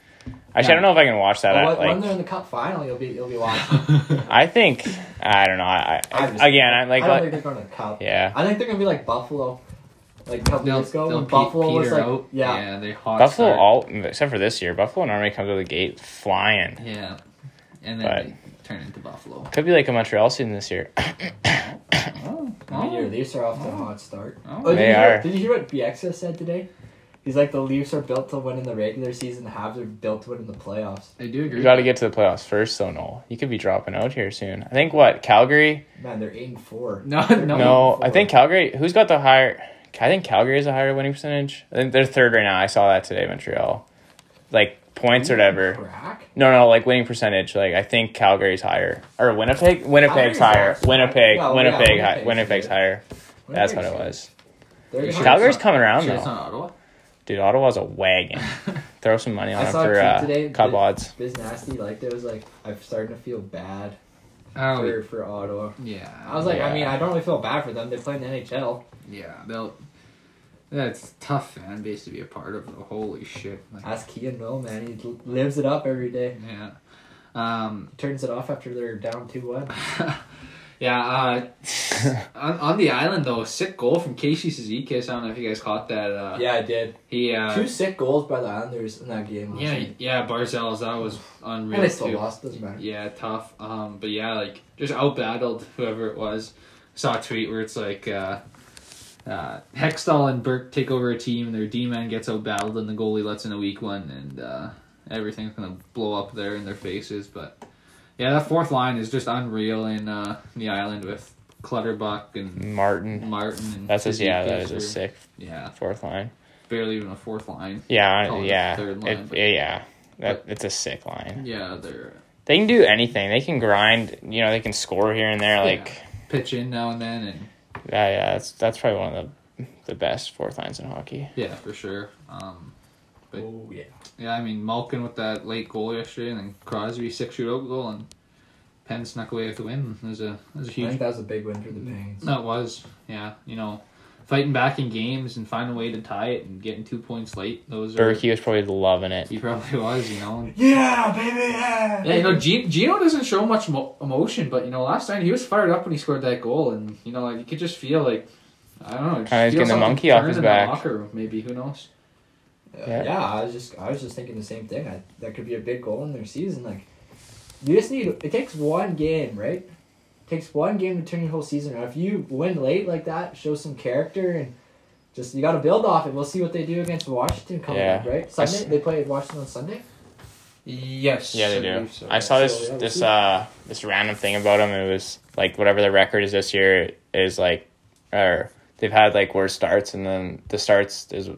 Speaker 3: Actually, I don't know if I can watch that.
Speaker 2: But
Speaker 3: I,
Speaker 2: when, when they're
Speaker 3: like,
Speaker 2: in the cup final, you'll be you'll be watching.
Speaker 3: I think I don't know. I, I
Speaker 2: I just-
Speaker 3: again, I like,
Speaker 2: I don't
Speaker 3: like
Speaker 2: think they're going to the cup.
Speaker 3: yeah.
Speaker 2: I think they're gonna be like Buffalo, like a couple
Speaker 1: they'll-
Speaker 2: years ago
Speaker 1: they'll
Speaker 2: when
Speaker 1: pe-
Speaker 2: Buffalo was
Speaker 1: peter
Speaker 2: like,
Speaker 1: out.
Speaker 2: yeah,
Speaker 1: they hot
Speaker 3: Buffalo
Speaker 1: start.
Speaker 3: all except for this year. Buffalo normally comes out of the gate flying.
Speaker 1: Yeah. And
Speaker 3: But-
Speaker 1: then turn into Buffalo.
Speaker 3: Could be like a Montreal season this year.
Speaker 1: Oh,
Speaker 2: I mean, your Leafs are off to a hot start.
Speaker 1: Oh.
Speaker 2: did
Speaker 3: They
Speaker 2: you hear-
Speaker 3: are.
Speaker 2: Did you hear what Bieksa said today? He's like, the Leafs are built to win in the regular season. The Habs are built to win in the playoffs.
Speaker 1: I do agree.
Speaker 3: you got to get to the playoffs first, though, Noel. You could be dropping out here soon. I think what Calgary?
Speaker 2: Man, they're eight and four.
Speaker 1: No,
Speaker 2: They're
Speaker 1: no.
Speaker 2: eight and
Speaker 3: No, I
Speaker 2: four.
Speaker 3: think Calgary. Who's got the higher? I think Calgary has a higher winning percentage. I think they're third right now. I saw that today, Montreal. Like points or whatever.
Speaker 2: Crack?
Speaker 3: No, no, like winning percentage. Like I think Calgary's higher or Winnipeg.
Speaker 2: Calgary's
Speaker 3: Winnipeg's higher.
Speaker 2: awesome.
Speaker 3: Winnipeg.
Speaker 2: Well, yeah,
Speaker 3: Winnipeg. hi-
Speaker 2: Winnipeg's
Speaker 3: Winnipeg's
Speaker 2: good.
Speaker 3: higher. That's what
Speaker 2: Winnipeg's
Speaker 3: it was.
Speaker 2: They're
Speaker 1: Sure.
Speaker 2: hot.
Speaker 3: Calgary's
Speaker 1: not-
Speaker 3: coming around
Speaker 1: Shit, it's
Speaker 3: though.
Speaker 1: not Ottawa.
Speaker 3: Dude, Ottawa's
Speaker 2: (laughs)
Speaker 3: a wagon. Throw some money on
Speaker 2: I
Speaker 3: him
Speaker 2: saw a
Speaker 3: for
Speaker 2: tweet
Speaker 3: uh,
Speaker 2: today
Speaker 3: Cobb
Speaker 2: that-
Speaker 3: odds.
Speaker 2: Biz Nasty liked it. It was like, I'm starting to feel bad
Speaker 1: Oh,
Speaker 2: for, for Ottawa.
Speaker 1: yeah.
Speaker 2: I was like,
Speaker 3: Yeah.
Speaker 2: I mean, I don't really feel bad for them. They play in the NHL.
Speaker 1: yeah, they'll. That's a tough fan base to be a part of. Though. Holy shit. Like,
Speaker 2: Ask Keegan Will, man. He l- lives it up every day.
Speaker 1: yeah. Um,
Speaker 2: Turns it off after they're down 2 1.
Speaker 1: Uh. yeah. Uh, on, on the island though, sick goal from Casey Sezikis. I don't know if you guys caught that. Uh,
Speaker 2: yeah, I did.
Speaker 1: He. Uh,
Speaker 2: Two sick goals by the Islanders in that game. last
Speaker 1: yeah,
Speaker 2: night.
Speaker 1: yeah. Barzell's that was unreal
Speaker 2: And they still
Speaker 1: too.
Speaker 2: lost. Doesn't matter.
Speaker 1: Yeah, tough. Um, but yeah, like just outbattled whoever it was. Saw a tweet where it's like uh, uh, Hextall and Burke take over a team, and their D man gets outbattled, and the goalie lets in a weak one, and uh, everything's gonna blow up there in their faces. But yeah, that fourth line is just unreal in uh, the island with Clutterbuck and
Speaker 3: Martin.
Speaker 1: Martin. And
Speaker 3: That's just yeah. That
Speaker 1: Zizekas
Speaker 3: is
Speaker 1: or-
Speaker 3: a sick
Speaker 1: Yeah,
Speaker 3: fourth line.
Speaker 1: barely even a fourth line.
Speaker 3: Yeah,
Speaker 1: Call it a
Speaker 3: yeah.
Speaker 1: third line,
Speaker 3: It-
Speaker 1: but-
Speaker 3: yeah. That, it's a sick line.
Speaker 1: Yeah, they're
Speaker 3: They can do anything. They can grind. You know, they can score here and there. Like,
Speaker 1: pitch in now and then, and
Speaker 3: yeah, yeah. That's that's probably one of the the best fourth lines in hockey.
Speaker 1: yeah, for sure. Um, But-
Speaker 2: Oh, yeah.
Speaker 1: Yeah, I mean Malkin with that late goal yesterday, and then Crosby six shootout goal, and Penn snuck away with the win. It was a it was a
Speaker 2: I
Speaker 1: huge. Mm.
Speaker 2: think that was a big win for the Penguins.
Speaker 1: No, it was yeah. You know, fighting back in games and finding a way to tie it and getting two points late. Those are
Speaker 3: Berkey was probably loving it.
Speaker 1: he probably was. You know,
Speaker 2: Yeah, baby, yeah.
Speaker 1: yeah. You know, G- Gino doesn't show much mo- emotion, but you know, last night he was fired up when he scored that goal, and you know, like you could just feel like I don't know, just
Speaker 3: Kinda he's
Speaker 1: feel
Speaker 3: getting the
Speaker 1: something
Speaker 3: monkey off
Speaker 1: turn
Speaker 3: his
Speaker 1: in the
Speaker 3: back.
Speaker 1: locker room, maybe who knows?
Speaker 3: Yeah.
Speaker 2: Yeah. I was just I was just thinking the same thing. I, that could be a big goal in their season. Like, you just need it takes one game, right? takes one game to turn your whole season around. If you win late like that, show some character and just you got to build off it. We'll see what they do against Washington coming up,
Speaker 3: Yeah.
Speaker 2: right?
Speaker 3: I
Speaker 2: Sunday
Speaker 3: s-
Speaker 2: they play Washington on Sunday.
Speaker 1: Yes.
Speaker 3: Yeah, they do. I saw
Speaker 2: So,
Speaker 3: this
Speaker 2: yeah, we'll
Speaker 3: this
Speaker 2: see.
Speaker 3: uh this random thing about him. It was like whatever the record is this year is like, or they've had like worst starts, and then the starts is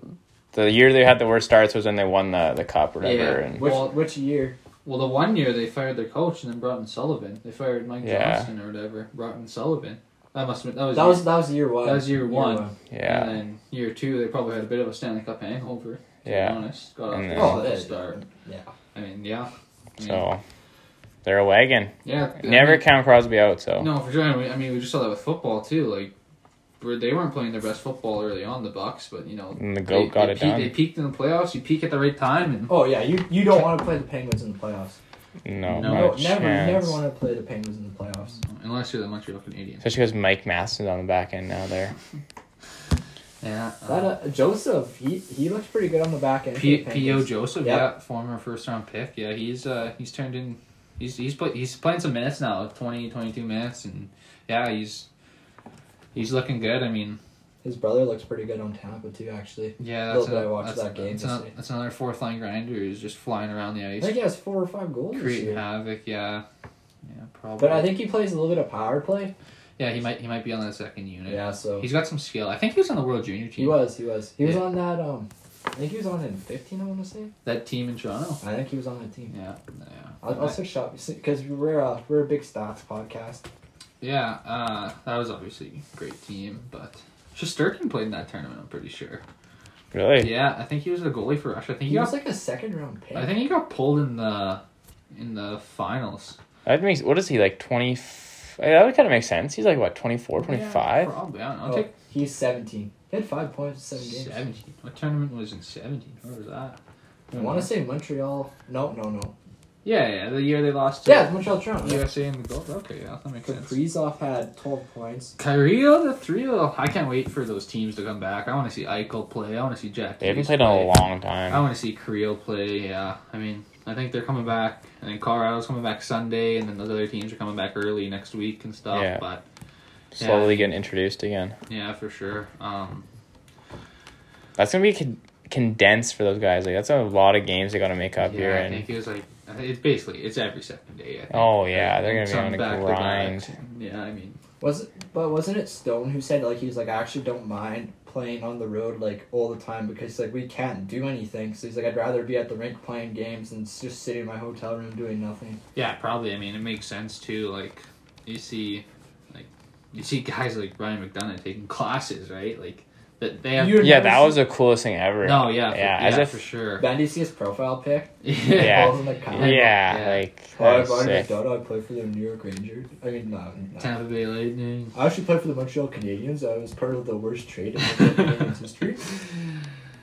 Speaker 3: the year they had the worst starts was when they won the the cup or whatever.
Speaker 1: Yeah.
Speaker 3: And
Speaker 2: Which
Speaker 1: Well-
Speaker 2: which year?
Speaker 1: Well, the one year they fired their coach and then brought in Sullivan. They fired Mike
Speaker 3: Yeah.
Speaker 1: Johnston or whatever. Brought in Sullivan. That must have been, that was
Speaker 2: That was that was year one.
Speaker 1: that was year one. And
Speaker 3: yeah,
Speaker 1: then year two, they probably had a bit of a Stanley Cup hangover. To
Speaker 3: Yeah.
Speaker 1: Be honest, got off
Speaker 3: And
Speaker 1: to
Speaker 3: then-
Speaker 1: a
Speaker 2: Oh,
Speaker 1: slow
Speaker 2: that-
Speaker 1: start.
Speaker 2: Yeah.
Speaker 1: I mean, yeah. I mean,
Speaker 3: so they're a wagon.
Speaker 1: yeah. I
Speaker 3: Never
Speaker 1: mean,
Speaker 3: count Crosby out. So
Speaker 1: No, for sure. I mean, I mean, we just saw that with football too. Like, where they weren't playing their best football early on the Bucks, but you know,
Speaker 3: and the
Speaker 1: they,
Speaker 3: goat got
Speaker 1: they
Speaker 3: it
Speaker 1: peaked-
Speaker 3: done.
Speaker 1: They peaked in the playoffs. You peak at the right time, and
Speaker 2: Oh yeah, you you don't want to play the Penguins in the playoffs.
Speaker 3: no,
Speaker 1: No.
Speaker 3: no,
Speaker 2: No,
Speaker 3: not a
Speaker 2: Oh, never
Speaker 3: chance.
Speaker 2: never want to play the Penguins in the playoffs.
Speaker 1: unless you're the Montreal Canadiens.
Speaker 3: Especially because Mike Masson's on the back end now. There,
Speaker 1: Yeah.
Speaker 2: That uh, Joseph, he he looks pretty good on the back end. for
Speaker 1: P-
Speaker 2: the
Speaker 1: P.O.
Speaker 2: Penguins.
Speaker 1: Joseph,
Speaker 2: Yep.
Speaker 1: yeah, former first round pick. Yeah, he's uh he's turned in he's he's play, he's playing some minutes now, 20 22 minutes and yeah, he's he's looking good. I mean,
Speaker 2: His brother looks pretty good on Tampa too, actually.
Speaker 1: yeah,
Speaker 2: Little
Speaker 1: that's
Speaker 2: bit
Speaker 1: a-
Speaker 2: I watched
Speaker 1: that's,
Speaker 2: that game
Speaker 1: That's, ano-
Speaker 2: yesterday.
Speaker 1: that's another fourth line grinder who's just flying around the
Speaker 2: I
Speaker 1: ice,
Speaker 2: think he has four or five goals this
Speaker 1: creating
Speaker 2: year.
Speaker 1: havoc, yeah. Yeah, probably.
Speaker 2: But I think he plays a little bit of power play.
Speaker 1: yeah, he might he might be on that second unit.
Speaker 2: Yeah, so
Speaker 1: He's got some skill. I think he was on the World Junior team.
Speaker 2: he was, he was, he was
Speaker 1: Yeah.
Speaker 2: on that. Um, I think he was on in fifteen. I want to say.
Speaker 1: That team in Toronto.
Speaker 2: I think he was on that team.
Speaker 1: Yeah. Yeah.
Speaker 2: I'll, I'll search up because we're uh, we're a big stats podcast.
Speaker 1: Yeah, uh, that was obviously a great team, but Shosturkin played in that tournament. I'm pretty sure.
Speaker 3: really.
Speaker 1: Yeah, I think he was the goalie for Russia. I think he
Speaker 2: He was
Speaker 1: got,
Speaker 2: like a second round pick.
Speaker 1: I think he got pulled in the in the finals.
Speaker 3: That makes what is he like twenty? F- that would kind of make sense. He's like what 24,
Speaker 1: Yeah,
Speaker 3: 25?
Speaker 1: probably. I don't know. I'll
Speaker 2: Oh,
Speaker 1: take
Speaker 2: he's seventeen. He had five points in seven games.
Speaker 1: seventeen. What tournament was in seventeen? Where was that?
Speaker 2: I want to say Montreal. No, no, no.
Speaker 1: Yeah, yeah. The year they lost to
Speaker 2: Yeah, it's Montreal Toronto. Yeah.
Speaker 1: USA and the Gold. Okay, yeah, that makes sense.
Speaker 2: Kaprizov had 12 points.
Speaker 1: Kyrie on the three though. I can't wait for those teams to come back. I want to see Eichel play. I want to see Jack.
Speaker 3: They haven't
Speaker 1: Hughes
Speaker 3: played in a
Speaker 1: play. I
Speaker 3: long time.
Speaker 1: want to see Creel play. Yeah, I mean, I think they're coming back, and then Colorado's coming back Sunday, and then those other teams are coming back early next week and stuff.
Speaker 3: Yeah.
Speaker 1: But
Speaker 3: Slowly getting introduced again.
Speaker 1: yeah, for sure. Um,
Speaker 3: That's gonna be con- condensed for those guys. Like that's a lot of games they gotta make up here.
Speaker 1: yeah, I think
Speaker 3: And
Speaker 1: it was like I think it's basically it's every second day. I think.
Speaker 3: oh yeah, they're
Speaker 1: Some
Speaker 3: gonna be on the
Speaker 1: back-to-back.
Speaker 3: grind.
Speaker 1: Yeah, I mean,
Speaker 2: Was it, but wasn't it Stone who said like he was like I actually don't mind playing on the road like all the time because like we can't do anything. So he's like I'd rather be at the rink playing games than s- just sitting in my hotel room doing nothing.
Speaker 1: yeah, probably. I mean, it makes sense too. Like you see, like you see guys like Ryan McDonough taking classes, right? Like that they have.
Speaker 2: You're-
Speaker 3: Yeah, that was the coolest thing ever.
Speaker 1: no, yeah, for,
Speaker 3: yeah, as if
Speaker 1: for sure.
Speaker 2: Ben, do you see his profile pic?
Speaker 3: Yeah.
Speaker 2: Balls in the cup.
Speaker 3: yeah,
Speaker 1: Yeah.
Speaker 3: like
Speaker 2: Oh, I
Speaker 3: that's sick.
Speaker 2: Dota, I play for the New York Rangers. I mean, no,
Speaker 1: (laughs)
Speaker 2: no.
Speaker 1: Tampa Bay Lightning.
Speaker 2: I actually played for the Montreal Canadiens. I was part of the worst trade in Montreal Canadiens
Speaker 3: (laughs)
Speaker 2: history.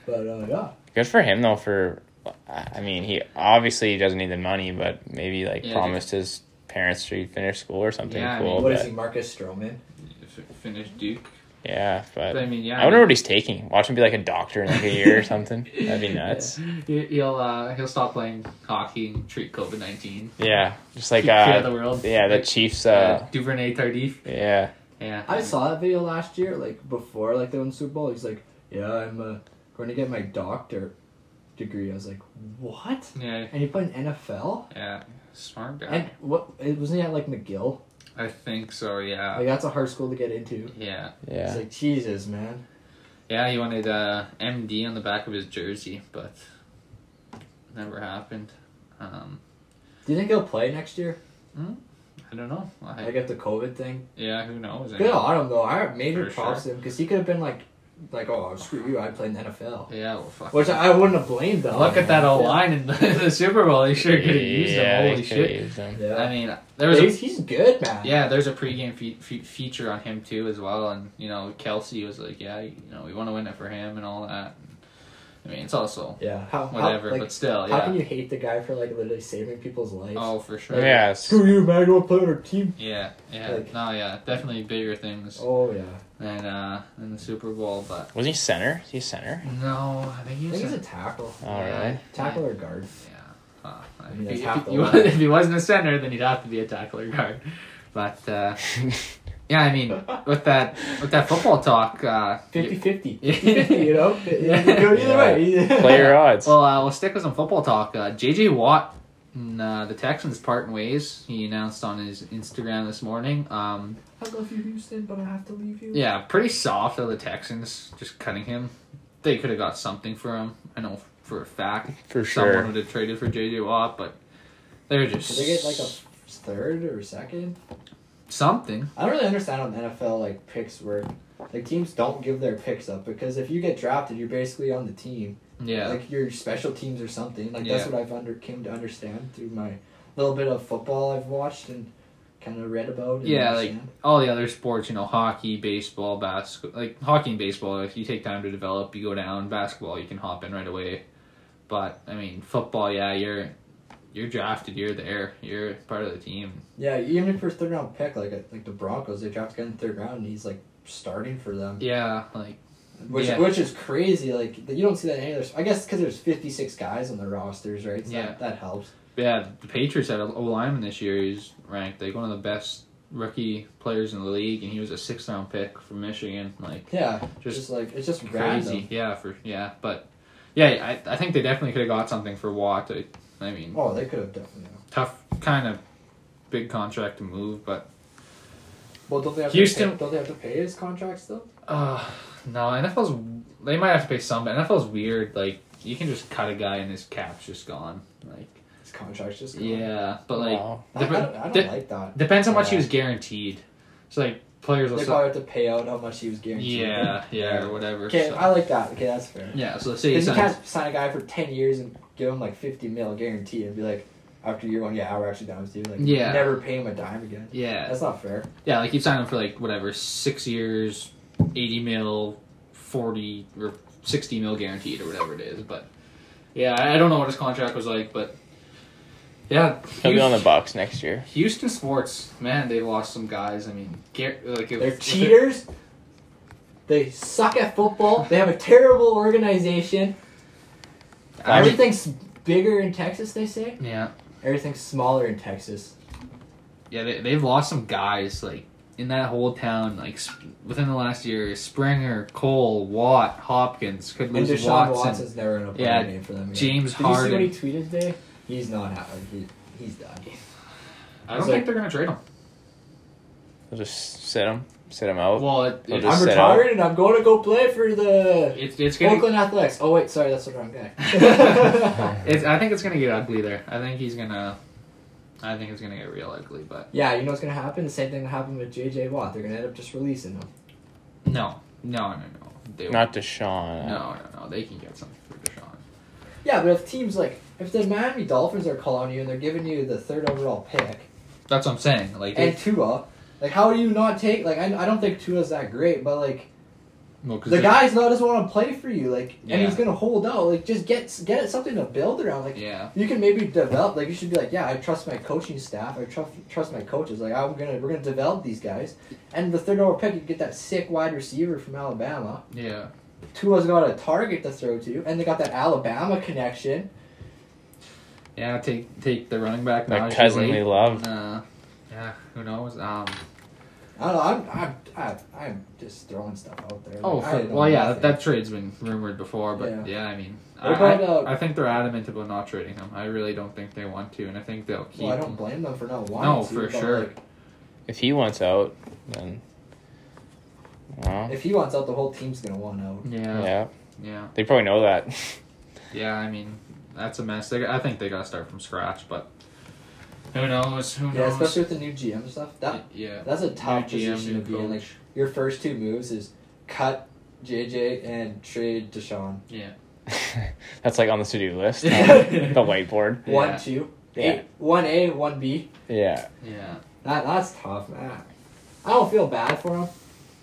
Speaker 2: But uh, yeah,
Speaker 3: Good for him though. For I mean, he obviously doesn't need the money, but maybe like
Speaker 1: Yeah,
Speaker 3: promised his parents to finish school or something
Speaker 1: Yeah, I mean,
Speaker 3: cool.
Speaker 2: what
Speaker 3: but,
Speaker 2: is he, Marcus Stroman?
Speaker 1: F- Finish Duke.
Speaker 3: yeah, but
Speaker 1: I mean, yeah.
Speaker 3: I wonder what he's taking. Watch him be like a doctor in like a
Speaker 1: (laughs)
Speaker 3: year or something. That'd be nuts.
Speaker 1: He- He'll uh, he'll stop playing hockey and treat COVID nineteen.
Speaker 3: Yeah, just like
Speaker 1: out of the
Speaker 3: uh,
Speaker 1: world.
Speaker 3: yeah, the
Speaker 1: Like,
Speaker 3: Chiefs.
Speaker 1: uh,
Speaker 3: Uh,
Speaker 1: Duvernay Tardif.
Speaker 3: yeah,
Speaker 1: Yeah,
Speaker 2: I saw that video last year, like before, like they won the Super Bowl. He's like, "Yeah, I'm uh, going to get my doctor degree." I was like, "What?"
Speaker 1: Yeah,
Speaker 2: And he played in NFL,
Speaker 1: yeah. Smart guy.
Speaker 2: and what? It wasn't he at like McGill.
Speaker 1: I think so. Yeah.
Speaker 2: Like that's a hard school to get into.
Speaker 1: yeah,
Speaker 2: It's
Speaker 3: yeah.
Speaker 2: like Jesus, man.
Speaker 1: yeah. He wanted uh, MD on the back of his jersey, but never happened. Um,
Speaker 2: Do you think he'll play next year?
Speaker 1: I don't know.
Speaker 2: I
Speaker 1: I,
Speaker 2: get the COVID thing.
Speaker 1: yeah, who knows? I
Speaker 2: Good
Speaker 1: mean,
Speaker 2: on him though. I major
Speaker 1: For
Speaker 2: props to him because he could have been like, like oh screw you, I play in the NFL,
Speaker 1: yeah, well, fuck.
Speaker 2: which I wouldn't have blamed though.
Speaker 1: Look at
Speaker 2: Oh,
Speaker 1: that old line in the, (laughs) in the Super Bowl. He sure could have used them.
Speaker 3: they
Speaker 1: Holy
Speaker 3: coulda
Speaker 1: shit!
Speaker 3: used him.
Speaker 2: Yeah,
Speaker 1: I mean, there was a
Speaker 2: he's, he's good, man.
Speaker 1: Yeah, there's a pregame fe- fe- feature on him too as well, and you know Kelsey was like, yeah, you know we want to win it for him and all that. I mean, it's also
Speaker 2: yeah. How, how-
Speaker 1: whatever,
Speaker 2: like,
Speaker 1: but still,
Speaker 2: how can
Speaker 1: yeah.
Speaker 2: you hate the guy for like literally saving people's lives?
Speaker 1: Oh, for sure. (laughs)
Speaker 3: Yeah, it's-
Speaker 2: Screw you, man! You want to play on our team?
Speaker 1: Yeah, yeah.
Speaker 2: Like-
Speaker 1: no, yeah. Definitely bigger things
Speaker 2: Oh yeah.
Speaker 1: than uh than the Super Bowl, but
Speaker 3: Wasn't he center? Is he center?
Speaker 1: no, I think he
Speaker 2: I
Speaker 1: was.
Speaker 2: think he's
Speaker 1: a-
Speaker 2: a tackle,
Speaker 3: Oh,
Speaker 1: yeah,
Speaker 3: really?
Speaker 2: tackle or guard.
Speaker 1: Yeah. Uh,
Speaker 2: mean,
Speaker 1: if,
Speaker 2: that's
Speaker 1: he,
Speaker 2: half
Speaker 1: if,
Speaker 2: the
Speaker 1: he
Speaker 2: line.
Speaker 1: was, if he wasn't a center, then he'd have to be a tackler guard. But uh,
Speaker 3: (laughs)
Speaker 1: yeah, I mean, with that with that football talk,
Speaker 2: (laughs)
Speaker 1: uh,
Speaker 2: 50-50.
Speaker 1: (laughs) Yeah.
Speaker 2: 50
Speaker 1: (laughs)
Speaker 2: you know,
Speaker 1: Yeah.
Speaker 2: it could go either way. (laughs)
Speaker 3: Player odds.
Speaker 1: Well, uh, we'll stick with some football talk. Uh, J.J. Watt and uh, the Texans parting ways. He announced on his Instagram this morning. Um,
Speaker 2: I love you, Houston, but I have to leave you.
Speaker 1: yeah, pretty soft of the Texans just cutting him. They could have got something for him. I know for a fact
Speaker 3: for
Speaker 1: someone
Speaker 3: sure.
Speaker 1: would have traded for J.J. Watt, but they're just
Speaker 2: Did they get like a third or second?
Speaker 1: something.
Speaker 2: I don't really understand how the NFL like picks work. Like teams don't give their picks up because if you get drafted, you're basically on the team.
Speaker 1: Yeah,
Speaker 2: Like your special teams or something. Like
Speaker 1: Yeah.
Speaker 2: that's what I've under came to understand through my little bit of football I've watched and kind of read about. And
Speaker 1: Yeah, like-
Speaker 2: understand.
Speaker 1: all the other sports, you know, hockey, baseball, basketball, like hockey and baseball, if you take time to develop, you go down. Basketball, you can hop in right away. But I mean, football, yeah, you're you're drafted, you're there, you're part of the team.
Speaker 2: yeah, even if you're a third round pick, like uh, like the Broncos, they drafted him in the third round and he's like starting for them,
Speaker 1: Yeah, like
Speaker 2: which
Speaker 1: Yeah.
Speaker 2: which is crazy. Like you don't see that in any other. I guess because there's 56 guys on the rosters, right? So
Speaker 1: Yeah.
Speaker 2: that, that helps.
Speaker 1: yeah, the Patriots had an O lineman this year. He's ranked like one of the best rookie players in the league, and he was a sixth round pick from Michigan. Like
Speaker 2: Yeah, just,
Speaker 1: Just
Speaker 2: like it's just random.
Speaker 1: crazy, yeah, for yeah, but yeah, I I think they definitely could have got something for Watt. I, I mean,
Speaker 2: Oh, they could have definitely.
Speaker 1: tough kind of big contract to move, but
Speaker 2: Well, don't they have
Speaker 1: Houston-
Speaker 2: To pay, don't they have to pay his contract still?
Speaker 1: uh no, NFL's they might have to pay some, but NFL's weird. Like you can just cut a guy and his cap's just gone. Like
Speaker 2: His contract's just gone.
Speaker 1: yeah, but like
Speaker 3: Wow.
Speaker 2: I, I don't, I don't
Speaker 1: dep-
Speaker 2: like that.
Speaker 1: depends how much he
Speaker 2: Yeah.
Speaker 1: was guaranteed. So like players will
Speaker 2: They
Speaker 1: sell-
Speaker 2: probably have to pay out how much he was guaranteed.
Speaker 1: yeah, yeah, or whatever.
Speaker 2: Okay,
Speaker 1: so-
Speaker 2: I like that. Okay, that's fair.
Speaker 1: yeah, so let's say he
Speaker 2: Because you
Speaker 1: signs.
Speaker 2: can't sign a guy for ten years and give him like fifty mil guarantee and be like, after year one, yeah, we're actually down with you. Like,
Speaker 1: Yeah.
Speaker 2: never pay him a dime again.
Speaker 1: Yeah,
Speaker 2: That's not fair.
Speaker 1: yeah, like you sign him for like whatever six years, eighty mil, forty or sixty mil guaranteed or whatever it is. But yeah, I I don't know what his contract was like, but Yeah,
Speaker 3: He'll be on the
Speaker 1: Houston-
Speaker 3: Bucks next year.
Speaker 1: Houston sports, man, they lost some guys. I mean, Gar- like if, (laughs)
Speaker 2: They're
Speaker 1: if
Speaker 2: cheaters. They suck at football. They have a terrible organization.
Speaker 1: I mean-
Speaker 2: Everything's bigger in Texas, they say.
Speaker 1: yeah,
Speaker 2: Everything's smaller in Texas.
Speaker 1: yeah, they, they've lost some guys like in that whole town. Like sp- within the last year, Springer, Cole, Watt, Hopkins could
Speaker 2: And
Speaker 1: lose
Speaker 2: Deshaun
Speaker 1: Watson,
Speaker 2: Watson's never gonna play
Speaker 1: Yeah,
Speaker 2: a game for them. again.
Speaker 1: James
Speaker 2: Did you see
Speaker 1: Harden.
Speaker 2: what he tweeted today? He's not happy. He, he's done.
Speaker 1: I don't
Speaker 2: So-
Speaker 1: think they're gonna trade him.
Speaker 3: He'll just sit him, sit him out.
Speaker 1: Well, it,
Speaker 3: They'll
Speaker 1: it,
Speaker 3: just
Speaker 2: I'm
Speaker 3: sit out.
Speaker 2: retired and I'm going to go play for the
Speaker 1: it's it's gonna
Speaker 2: Oakland Athletics. Oh wait, sorry, that's the wrong guy.
Speaker 1: (laughs) it's, I think it's gonna get ugly there. I think he's gonna. I think it's gonna get real ugly, but
Speaker 2: yeah, you know what's gonna happen? The same thing will happen with JJ Watt. They're gonna end up just releasing him.
Speaker 1: no, no, no, no. They
Speaker 3: Not Deshaun.
Speaker 1: No, no, no. They can get something for Deshaun.
Speaker 2: Yeah, but if teams like if the Miami Dolphins are calling you and they're giving you the third overall pick
Speaker 1: That's what I'm saying. Like,
Speaker 2: and Tua, like how do you not take like I, I don't think Tua's that great, but like
Speaker 1: well, 'cause
Speaker 2: the
Speaker 1: they-
Speaker 2: guy's not doesn't want to play for you, like and he's
Speaker 1: Yeah.
Speaker 2: gonna hold out. Like just get get something to build around. Like
Speaker 1: Yeah,
Speaker 2: you can maybe develop like you should be like yeah i trust my coaching staff i trust trust my coaches like i'm gonna we're gonna develop these guys and the third overall pick you get that sick wide receiver from alabama
Speaker 1: yeah.
Speaker 2: tua's got a target to throw to and they got that alabama connection
Speaker 1: Yeah, take take the running back.
Speaker 3: That
Speaker 1: Najee
Speaker 3: cousin we
Speaker 1: Lee.
Speaker 3: love.
Speaker 1: Uh, yeah, who knows? Um,
Speaker 2: i don't know i'm i'm i'm, I'm just throwing stuff out there
Speaker 1: oh,
Speaker 2: Like, I
Speaker 1: for,
Speaker 2: don't know
Speaker 1: well, yeah, that,
Speaker 2: nothing.
Speaker 1: that trade's been rumored before, but yeah,
Speaker 2: Yeah.
Speaker 1: I mean,
Speaker 2: What
Speaker 1: I,
Speaker 2: about,
Speaker 1: I-
Speaker 2: uh,
Speaker 1: I think they're adamant about not trading him. I really don't think they want to, and I think they'll keep.
Speaker 2: well, i don't
Speaker 1: him.
Speaker 2: blame them for not wanting
Speaker 1: No,
Speaker 2: to
Speaker 1: for
Speaker 2: but,
Speaker 1: sure.
Speaker 2: like,
Speaker 3: If he wants out, then. Well,
Speaker 2: if he wants out the whole team's gonna want out
Speaker 1: Yeah, yeah,
Speaker 3: yeah,
Speaker 1: yeah,
Speaker 3: they probably know that. (laughs)
Speaker 1: I mean, that's a mess. They, I think they gotta start from scratch, but who knows? Who
Speaker 2: yeah
Speaker 1: knows?
Speaker 2: especially with the new gm stuff that
Speaker 1: yeah,
Speaker 2: That's a top
Speaker 1: New GM,
Speaker 2: position
Speaker 1: new
Speaker 2: to be in. Like
Speaker 1: coach.
Speaker 2: your first two moves is cut JJ and trade Deshaun.
Speaker 1: yeah.
Speaker 3: That's like on the to do list.
Speaker 1: (laughs)
Speaker 3: the (laughs)
Speaker 1: yeah,
Speaker 3: whiteboard.
Speaker 1: Yeah.
Speaker 2: One, two,
Speaker 3: Yeah.
Speaker 2: eight- one A, one B.
Speaker 3: Yeah.
Speaker 2: That that's tough, man. I don't feel bad for him.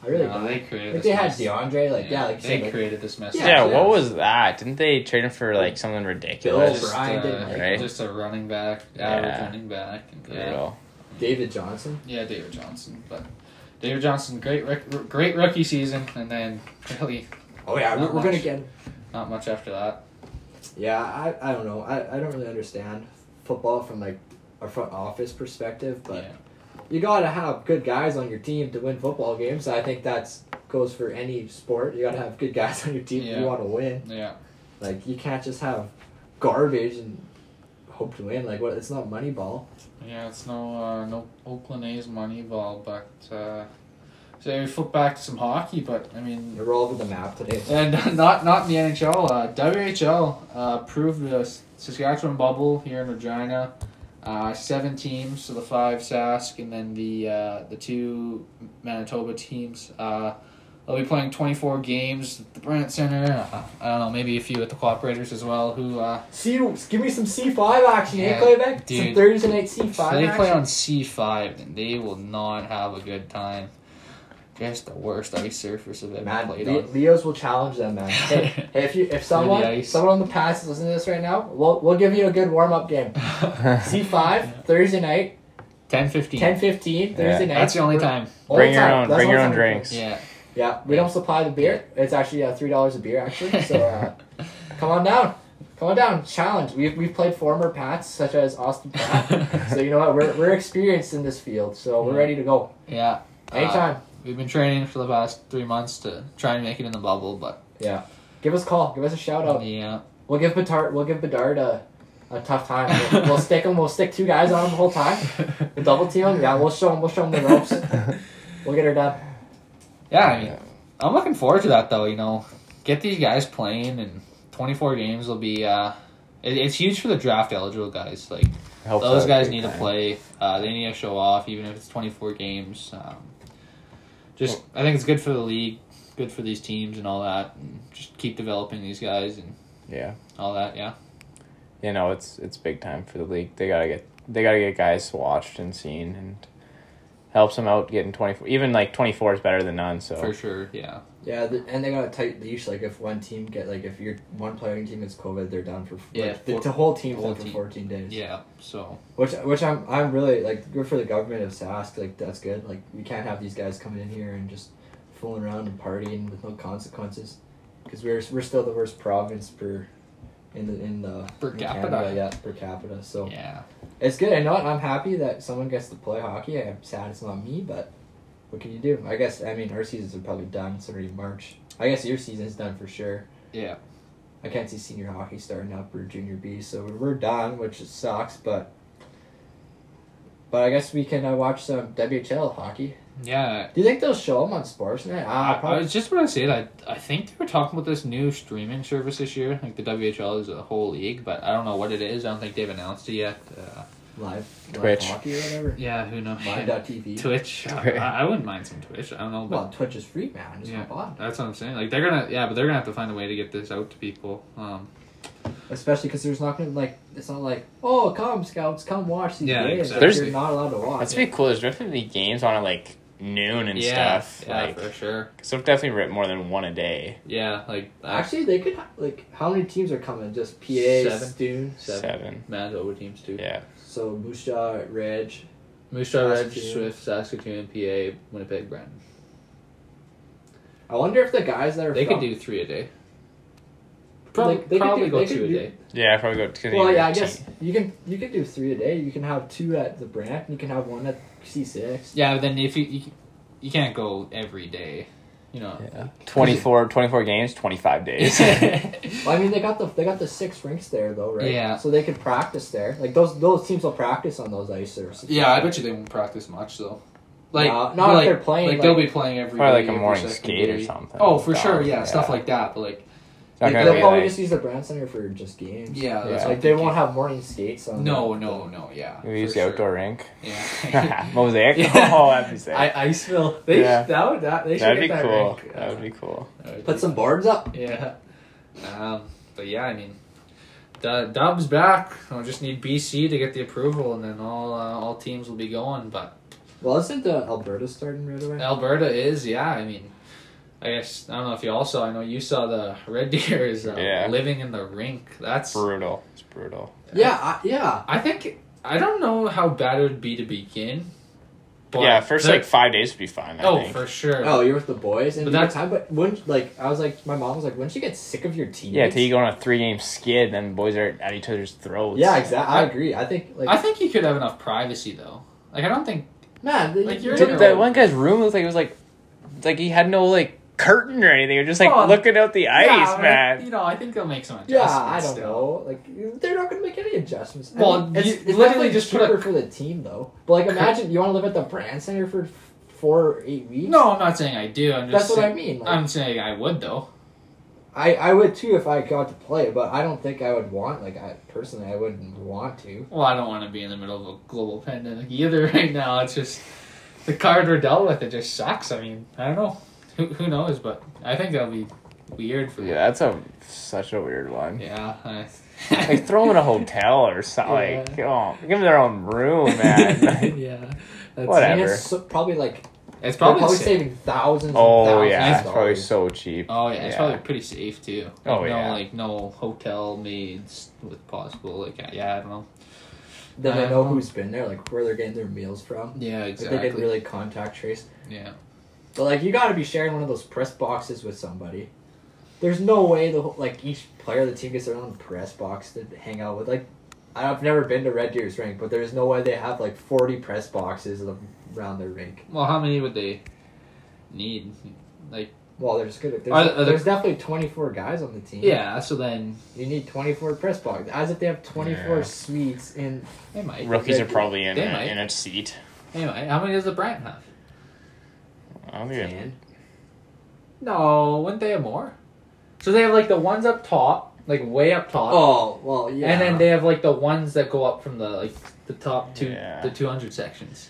Speaker 2: I really
Speaker 1: No,
Speaker 2: don't.
Speaker 1: they created. this
Speaker 2: Like they had
Speaker 1: mess.
Speaker 2: DeAndre, like yeah, like you
Speaker 1: they
Speaker 2: said, like,
Speaker 1: created this mess.
Speaker 2: Yeah,
Speaker 3: Yeah,
Speaker 2: yeah.
Speaker 3: what was that? Didn't they trade him for like something
Speaker 2: Bill
Speaker 3: ridiculous?
Speaker 1: Just,
Speaker 2: O'Brien didn't
Speaker 1: uh,
Speaker 2: like
Speaker 3: Right.
Speaker 2: him.
Speaker 1: Just a running back, average
Speaker 3: Yeah.
Speaker 1: running back. and- Yeah.
Speaker 3: Brutal.
Speaker 2: David Johnson.
Speaker 1: yeah, David Johnson. But David Johnson, great, rec- great rookie season, and then really
Speaker 2: Oh yeah,
Speaker 1: Not
Speaker 2: we're, we're gonna
Speaker 1: much.
Speaker 2: get.
Speaker 1: not much after that.
Speaker 2: Yeah, I, I don't know. I, I don't really understand football from like a front office perspective, but
Speaker 1: Yeah.
Speaker 2: you gotta have good guys on your team to win football games. I think that's goes for any sport. You gotta have good guys on your team if
Speaker 1: Yeah.
Speaker 2: you want to win.
Speaker 1: Yeah,
Speaker 2: Like you can't just have garbage and hope to win. Like what? It's not Moneyball.
Speaker 1: yeah. It's no, uh, no Oakland A's money ball, but uh, so we flip back to some hockey. But I mean,
Speaker 2: You're all over the map today.
Speaker 1: And (laughs) not not in the NHL. Uh, WHL uh, approved the S- Saskatchewan bubble here in Regina. Uh, seven teams, so the five Sask and then the uh, the two Manitoba teams. Uh, they'll be playing twenty four games at the Brant Center. Uh, I don't know, maybe a few at the Cooperators as well. Who uh,
Speaker 2: See, give me some C five action,
Speaker 1: Yeah,
Speaker 2: eh, Clayback?
Speaker 1: dude.
Speaker 2: Some Thursday night C
Speaker 1: if they
Speaker 2: five
Speaker 1: play
Speaker 2: action.
Speaker 1: on C five, then they will not have a good time. Just the worst ice surface I've ever
Speaker 2: Man,
Speaker 1: played
Speaker 2: Le-
Speaker 1: on.
Speaker 2: Leos will challenge
Speaker 1: (laughs)
Speaker 2: them, man. Hey, hey, if you if
Speaker 1: Through the
Speaker 2: someone
Speaker 1: ice.
Speaker 2: someone on the pass is listening to this right now, we'll we'll give you a good warm up
Speaker 1: (laughs)
Speaker 2: game. C five Thursday night,
Speaker 1: Ten fifteen.
Speaker 2: 10 15 Thursday night.
Speaker 1: That's the only
Speaker 2: We're-
Speaker 1: time.
Speaker 2: All
Speaker 3: Bring
Speaker 2: the
Speaker 3: your
Speaker 2: time.
Speaker 3: own-
Speaker 2: That's
Speaker 3: bring
Speaker 2: all
Speaker 3: your
Speaker 2: the
Speaker 3: own
Speaker 2: time.
Speaker 3: drinks.
Speaker 1: Yeah.
Speaker 2: Yeah, we don't supply the beer. It's actually uh, three dollars a beer actually. So uh,
Speaker 1: (laughs)
Speaker 2: come on down, come on down. Challenge. We've we've played former Pats such as
Speaker 1: (laughs)
Speaker 2: Austin Pratt. so you know what? We're we're experienced in this field, so we're
Speaker 1: Yeah.
Speaker 2: ready to go
Speaker 1: Yeah. Uh,
Speaker 2: anytime.
Speaker 1: we've been training for the past three months to try and make it in the bubble, but
Speaker 2: give us a call. Give us a shout out.
Speaker 1: yeah,
Speaker 2: We'll give Bedard. We'll give Bedard a. A tough time.
Speaker 1: (laughs)
Speaker 2: We'll, we'll stick him. We'll stick two guys on him the whole time. We'll double team him. Yeah, we'll show him. We'll show him
Speaker 1: (laughs)
Speaker 2: the ropes. We'll get her done.
Speaker 1: yeah. I mean, I'm looking forward to that though. You know, get these guys playing, and 24 games will be. uh it, It's huge for the draft eligible guys. Like
Speaker 3: Helps
Speaker 1: those
Speaker 3: out
Speaker 1: guys
Speaker 3: big
Speaker 1: need to
Speaker 3: time.
Speaker 1: play. Uh, they need to show off, even if it's 24 games. Um, just, I think it's good for the league, good for these teams, and all that. And just keep developing these guys and
Speaker 3: Yeah.
Speaker 1: all that. Yeah.
Speaker 3: You know, it's it's big time for the league. They gotta get they gotta get guys watched and seen and helps them out getting twenty four even like twenty four is better than none, so
Speaker 1: For sure, yeah.
Speaker 2: Yeah, th and they got a tight leash. Like if one team get like if your one player on your team gets COVID, they're done for
Speaker 1: Yeah,
Speaker 2: Like, the,
Speaker 1: four-
Speaker 2: the whole team's
Speaker 1: whole
Speaker 2: done for
Speaker 1: team.
Speaker 2: fourteen days.
Speaker 1: Yeah. So
Speaker 2: Which which I'm I'm really like good for the government of Sask. Like that's good. Like we can't have these guys coming in here and just fooling around and partying with no consequences, because we're we're still the worst province per. In the in the
Speaker 1: Per
Speaker 2: in
Speaker 1: capita.
Speaker 2: Canada, yeah, per capita. So
Speaker 1: yeah.
Speaker 2: it's good. I know what? I'm happy that someone gets to play hockey. I'm sad it's not me, but what can you do? I guess I mean our seasons are probably done. It's already March. I guess your season's done for sure.
Speaker 1: Yeah.
Speaker 2: I can't see senior hockey starting up or junior B, so we're done, which sucks. But but I guess we can uh, watch some WHL hockey.
Speaker 1: Yeah.
Speaker 2: Do you think they'll show them on Sportsnet? Ah,
Speaker 1: I, I
Speaker 2: probably.
Speaker 1: was just what I said. I I think they were talking about this new streaming service this year. Like the WHL is a whole league, but I don't know what it is. I don't think they've announced it yet. Uh,
Speaker 2: live live
Speaker 3: Twitch.
Speaker 2: hockey or
Speaker 1: (laughs)
Speaker 2: whatever.
Speaker 1: yeah, who knows? (laughs)
Speaker 2: Live.tv.
Speaker 1: Twitch. I, I wouldn't mind some Twitch. I don't know, but
Speaker 2: Well, Twitch is free, man. Just
Speaker 1: Yeah.
Speaker 2: hop on.
Speaker 1: that's what I'm saying. Like they're gonna, yeah, but they're gonna have to find a way to get this out to people. Um,
Speaker 2: Especially because there's not gonna like it's not like oh come scouts come watch these
Speaker 1: Yeah,
Speaker 2: games.
Speaker 1: exactly.
Speaker 2: There's,
Speaker 3: There's-
Speaker 2: you're not allowed to watch.
Speaker 3: That's be cool. There's definitely games on at like noon and
Speaker 1: yeah,
Speaker 3: stuff.
Speaker 1: yeah,
Speaker 3: like,
Speaker 1: for sure.
Speaker 3: so definitely rip more than one a day.
Speaker 1: Yeah, like actually,
Speaker 2: Actually, they could ha- like how many teams are coming? Just PA, Seven.
Speaker 1: Seven.
Speaker 2: Stoon,
Speaker 1: Seven.
Speaker 3: Seven.
Speaker 1: man's over teams too.
Speaker 3: Yeah.
Speaker 2: so Moose Jaw, Reg.
Speaker 1: Moose Jaw, Red,
Speaker 2: Saskatoon.
Speaker 1: Swift, Saskatoon, PA, Winnipeg, Brandon.
Speaker 2: I wonder if the guys that are
Speaker 1: They
Speaker 2: from,
Speaker 1: could do three a day.
Speaker 2: They-
Speaker 1: Probably,
Speaker 2: they could
Speaker 1: probably
Speaker 2: do-
Speaker 1: go
Speaker 2: they could
Speaker 1: two a
Speaker 2: do-
Speaker 1: day.
Speaker 3: Yeah, I probably go. 'cause
Speaker 2: Well,
Speaker 3: you
Speaker 2: yeah, I
Speaker 3: rotate.
Speaker 2: guess you can you can do three a day. You can have two at the Brant, and you can have one at C six.
Speaker 1: Yeah, but then if you, you you can't go every day, you know.
Speaker 3: Yeah. 24, 24 games,
Speaker 1: (laughs)
Speaker 3: 25 days.
Speaker 2: Well, I mean, they got the they got the six rinks there though, right?
Speaker 1: Yeah.
Speaker 2: So they could practice there. Like those those teams will practice on those ice surfaces.
Speaker 1: yeah, I bet you they won't practice much though. Like
Speaker 2: No, not
Speaker 1: but
Speaker 2: if
Speaker 1: like,
Speaker 2: they're playing,
Speaker 1: Like,
Speaker 2: like-
Speaker 1: they'll be playing every
Speaker 3: (laughs) Probably
Speaker 1: day,
Speaker 3: like a
Speaker 1: every
Speaker 3: morning
Speaker 1: second
Speaker 3: skate or
Speaker 1: day.
Speaker 3: something.
Speaker 1: Oh, for sure,
Speaker 3: Dog,
Speaker 1: yeah, stuff like that. But like,
Speaker 3: It's not gonna
Speaker 2: They'll
Speaker 3: be
Speaker 2: probably
Speaker 3: like-
Speaker 2: just use the Brant Center for just games.
Speaker 1: yeah, that's
Speaker 3: Yeah.
Speaker 1: what
Speaker 2: Like
Speaker 1: I'm
Speaker 2: they
Speaker 1: thinking.
Speaker 2: won't have morning skates on.
Speaker 1: No, no, no, yeah.
Speaker 3: we use
Speaker 1: for
Speaker 3: the
Speaker 1: sure.
Speaker 3: outdoor rink.
Speaker 1: Yeah.
Speaker 3: (laughs)
Speaker 1: (laughs)
Speaker 3: Mosaic.
Speaker 1: Yeah.
Speaker 3: Oh, that'd be sick.
Speaker 2: I Iceville. They
Speaker 3: Yeah.
Speaker 2: that would that they should
Speaker 3: that'd
Speaker 2: get
Speaker 3: be
Speaker 2: that
Speaker 3: cool.
Speaker 2: rink.
Speaker 3: That would be cool.
Speaker 2: Put some boards up.
Speaker 1: Yeah. Um, but yeah, I mean, D- Dub's back. I'll just need BC to get the approval, and then all uh, all teams will be going. But
Speaker 2: Well, isn't uh, Alberta starting right away?
Speaker 1: Alberta is, yeah. I mean, I guess I don't know if you all saw. I know you saw the Red Deer is uh,
Speaker 3: Yeah.
Speaker 1: living in the rink. That's
Speaker 3: Brutal. It's brutal.
Speaker 2: Yeah, I, yeah.
Speaker 1: I think I don't know how bad it would be to begin.
Speaker 3: yeah, first
Speaker 1: the-
Speaker 3: like five days would be fine. I
Speaker 1: oh
Speaker 3: think.
Speaker 1: for sure.
Speaker 2: Oh, you're with the boys, and
Speaker 1: But
Speaker 2: that
Speaker 1: that's-
Speaker 2: time. But wouldn't like I was like, my mom was like, wouldn't you get sick of your teammates?
Speaker 3: yeah, till you go on a three game skid, then boys are at each other's throats.
Speaker 2: Yeah, exactly. I agree. I think like
Speaker 1: I think you could have enough privacy though. Like I don't think
Speaker 2: man, they-
Speaker 1: like, you're
Speaker 2: they-
Speaker 1: in
Speaker 3: Dude, that one guy's room looked like it was like, like he had no like curtain or anything. It was just like
Speaker 1: Oh,
Speaker 3: looking out the ice,
Speaker 1: Yeah, but I-
Speaker 3: man.
Speaker 1: You know, I think they'll make some
Speaker 2: yeah,
Speaker 1: adjustments.
Speaker 2: I don't
Speaker 1: still.
Speaker 2: know. Like they're not gonna make any adjustments. I
Speaker 1: Well,
Speaker 2: mean,
Speaker 1: you
Speaker 2: it's, it's
Speaker 1: literally
Speaker 2: definitely
Speaker 1: just put a-
Speaker 2: cheaper for the team though.
Speaker 1: (laughs)
Speaker 2: But like, imagine you want to live at the brand center for f- four or eight weeks.
Speaker 1: No, I'm not saying I do. I'm
Speaker 2: that's
Speaker 1: just.
Speaker 2: what I
Speaker 1: saying,
Speaker 2: mean. Like,
Speaker 1: I'm saying I would though.
Speaker 2: I I would too if I got to play, but I don't think I would want like I personally I wouldn't want to.
Speaker 1: Well, I don't want to be in the middle of a global pandemic either (laughs) right now. It's just the card we're dealt with. It just sucks. I mean, I don't know. Who, who knows? But I think that'll be weird for
Speaker 3: Yeah, that's a such a weird one.
Speaker 1: Yeah. I,
Speaker 3: (laughs)
Speaker 1: (laughs)
Speaker 3: Like throw them in a hotel or something. Like, oh, give them their own
Speaker 1: (laughs)
Speaker 3: room, man.
Speaker 1: yeah. That's,
Speaker 2: And
Speaker 3: Whatever.
Speaker 2: it's so, probably like
Speaker 1: It's probably,
Speaker 2: probably, probably
Speaker 1: safe.
Speaker 2: saving thousands. and
Speaker 3: oh
Speaker 2: thousands
Speaker 3: yeah,
Speaker 2: of
Speaker 3: it's probably
Speaker 2: dollars.
Speaker 3: so cheap.
Speaker 1: Oh yeah, it's
Speaker 3: Yeah.
Speaker 1: probably pretty safe too.
Speaker 3: Oh,
Speaker 1: no,
Speaker 3: yeah.
Speaker 1: like no hotel maids with possible. Like yeah, I don't know.
Speaker 2: Then
Speaker 1: I
Speaker 2: I know
Speaker 1: don't-
Speaker 2: who's been there, like where they're getting their meals from.
Speaker 1: Yeah,
Speaker 2: Like,
Speaker 1: Um, exactly.
Speaker 2: They didn't really contact trace,
Speaker 1: yeah.
Speaker 2: but like you got to be sharing one of those press boxes with somebody. There's no way the whole, like each player of the team gets their own press box to hang out with. Like, I've never been to Red Deer's rink, but there's no way they have like 40 press boxes around their rink.
Speaker 1: Well, how many would they need? Like,
Speaker 2: Well, there's good. There's,
Speaker 1: Are- are there-
Speaker 2: there's definitely 24 guys on the team.
Speaker 1: yeah. So then
Speaker 2: You need 24 press boxes. As if they have 24
Speaker 3: Yeah.
Speaker 2: suites in.
Speaker 1: they might.
Speaker 3: Rookies
Speaker 2: They-
Speaker 3: are probably in
Speaker 1: they
Speaker 3: a,
Speaker 1: might.
Speaker 3: in a seat.
Speaker 1: They might. How many does the Brant have?
Speaker 3: I don't think it-
Speaker 2: Man.
Speaker 1: No, wouldn't they have more? So they have like the ones up top, like way up top,
Speaker 2: Oh, well, yeah.
Speaker 1: and then they have like the ones that go up from the like the top two,
Speaker 3: Yeah.
Speaker 1: the two hundred sections.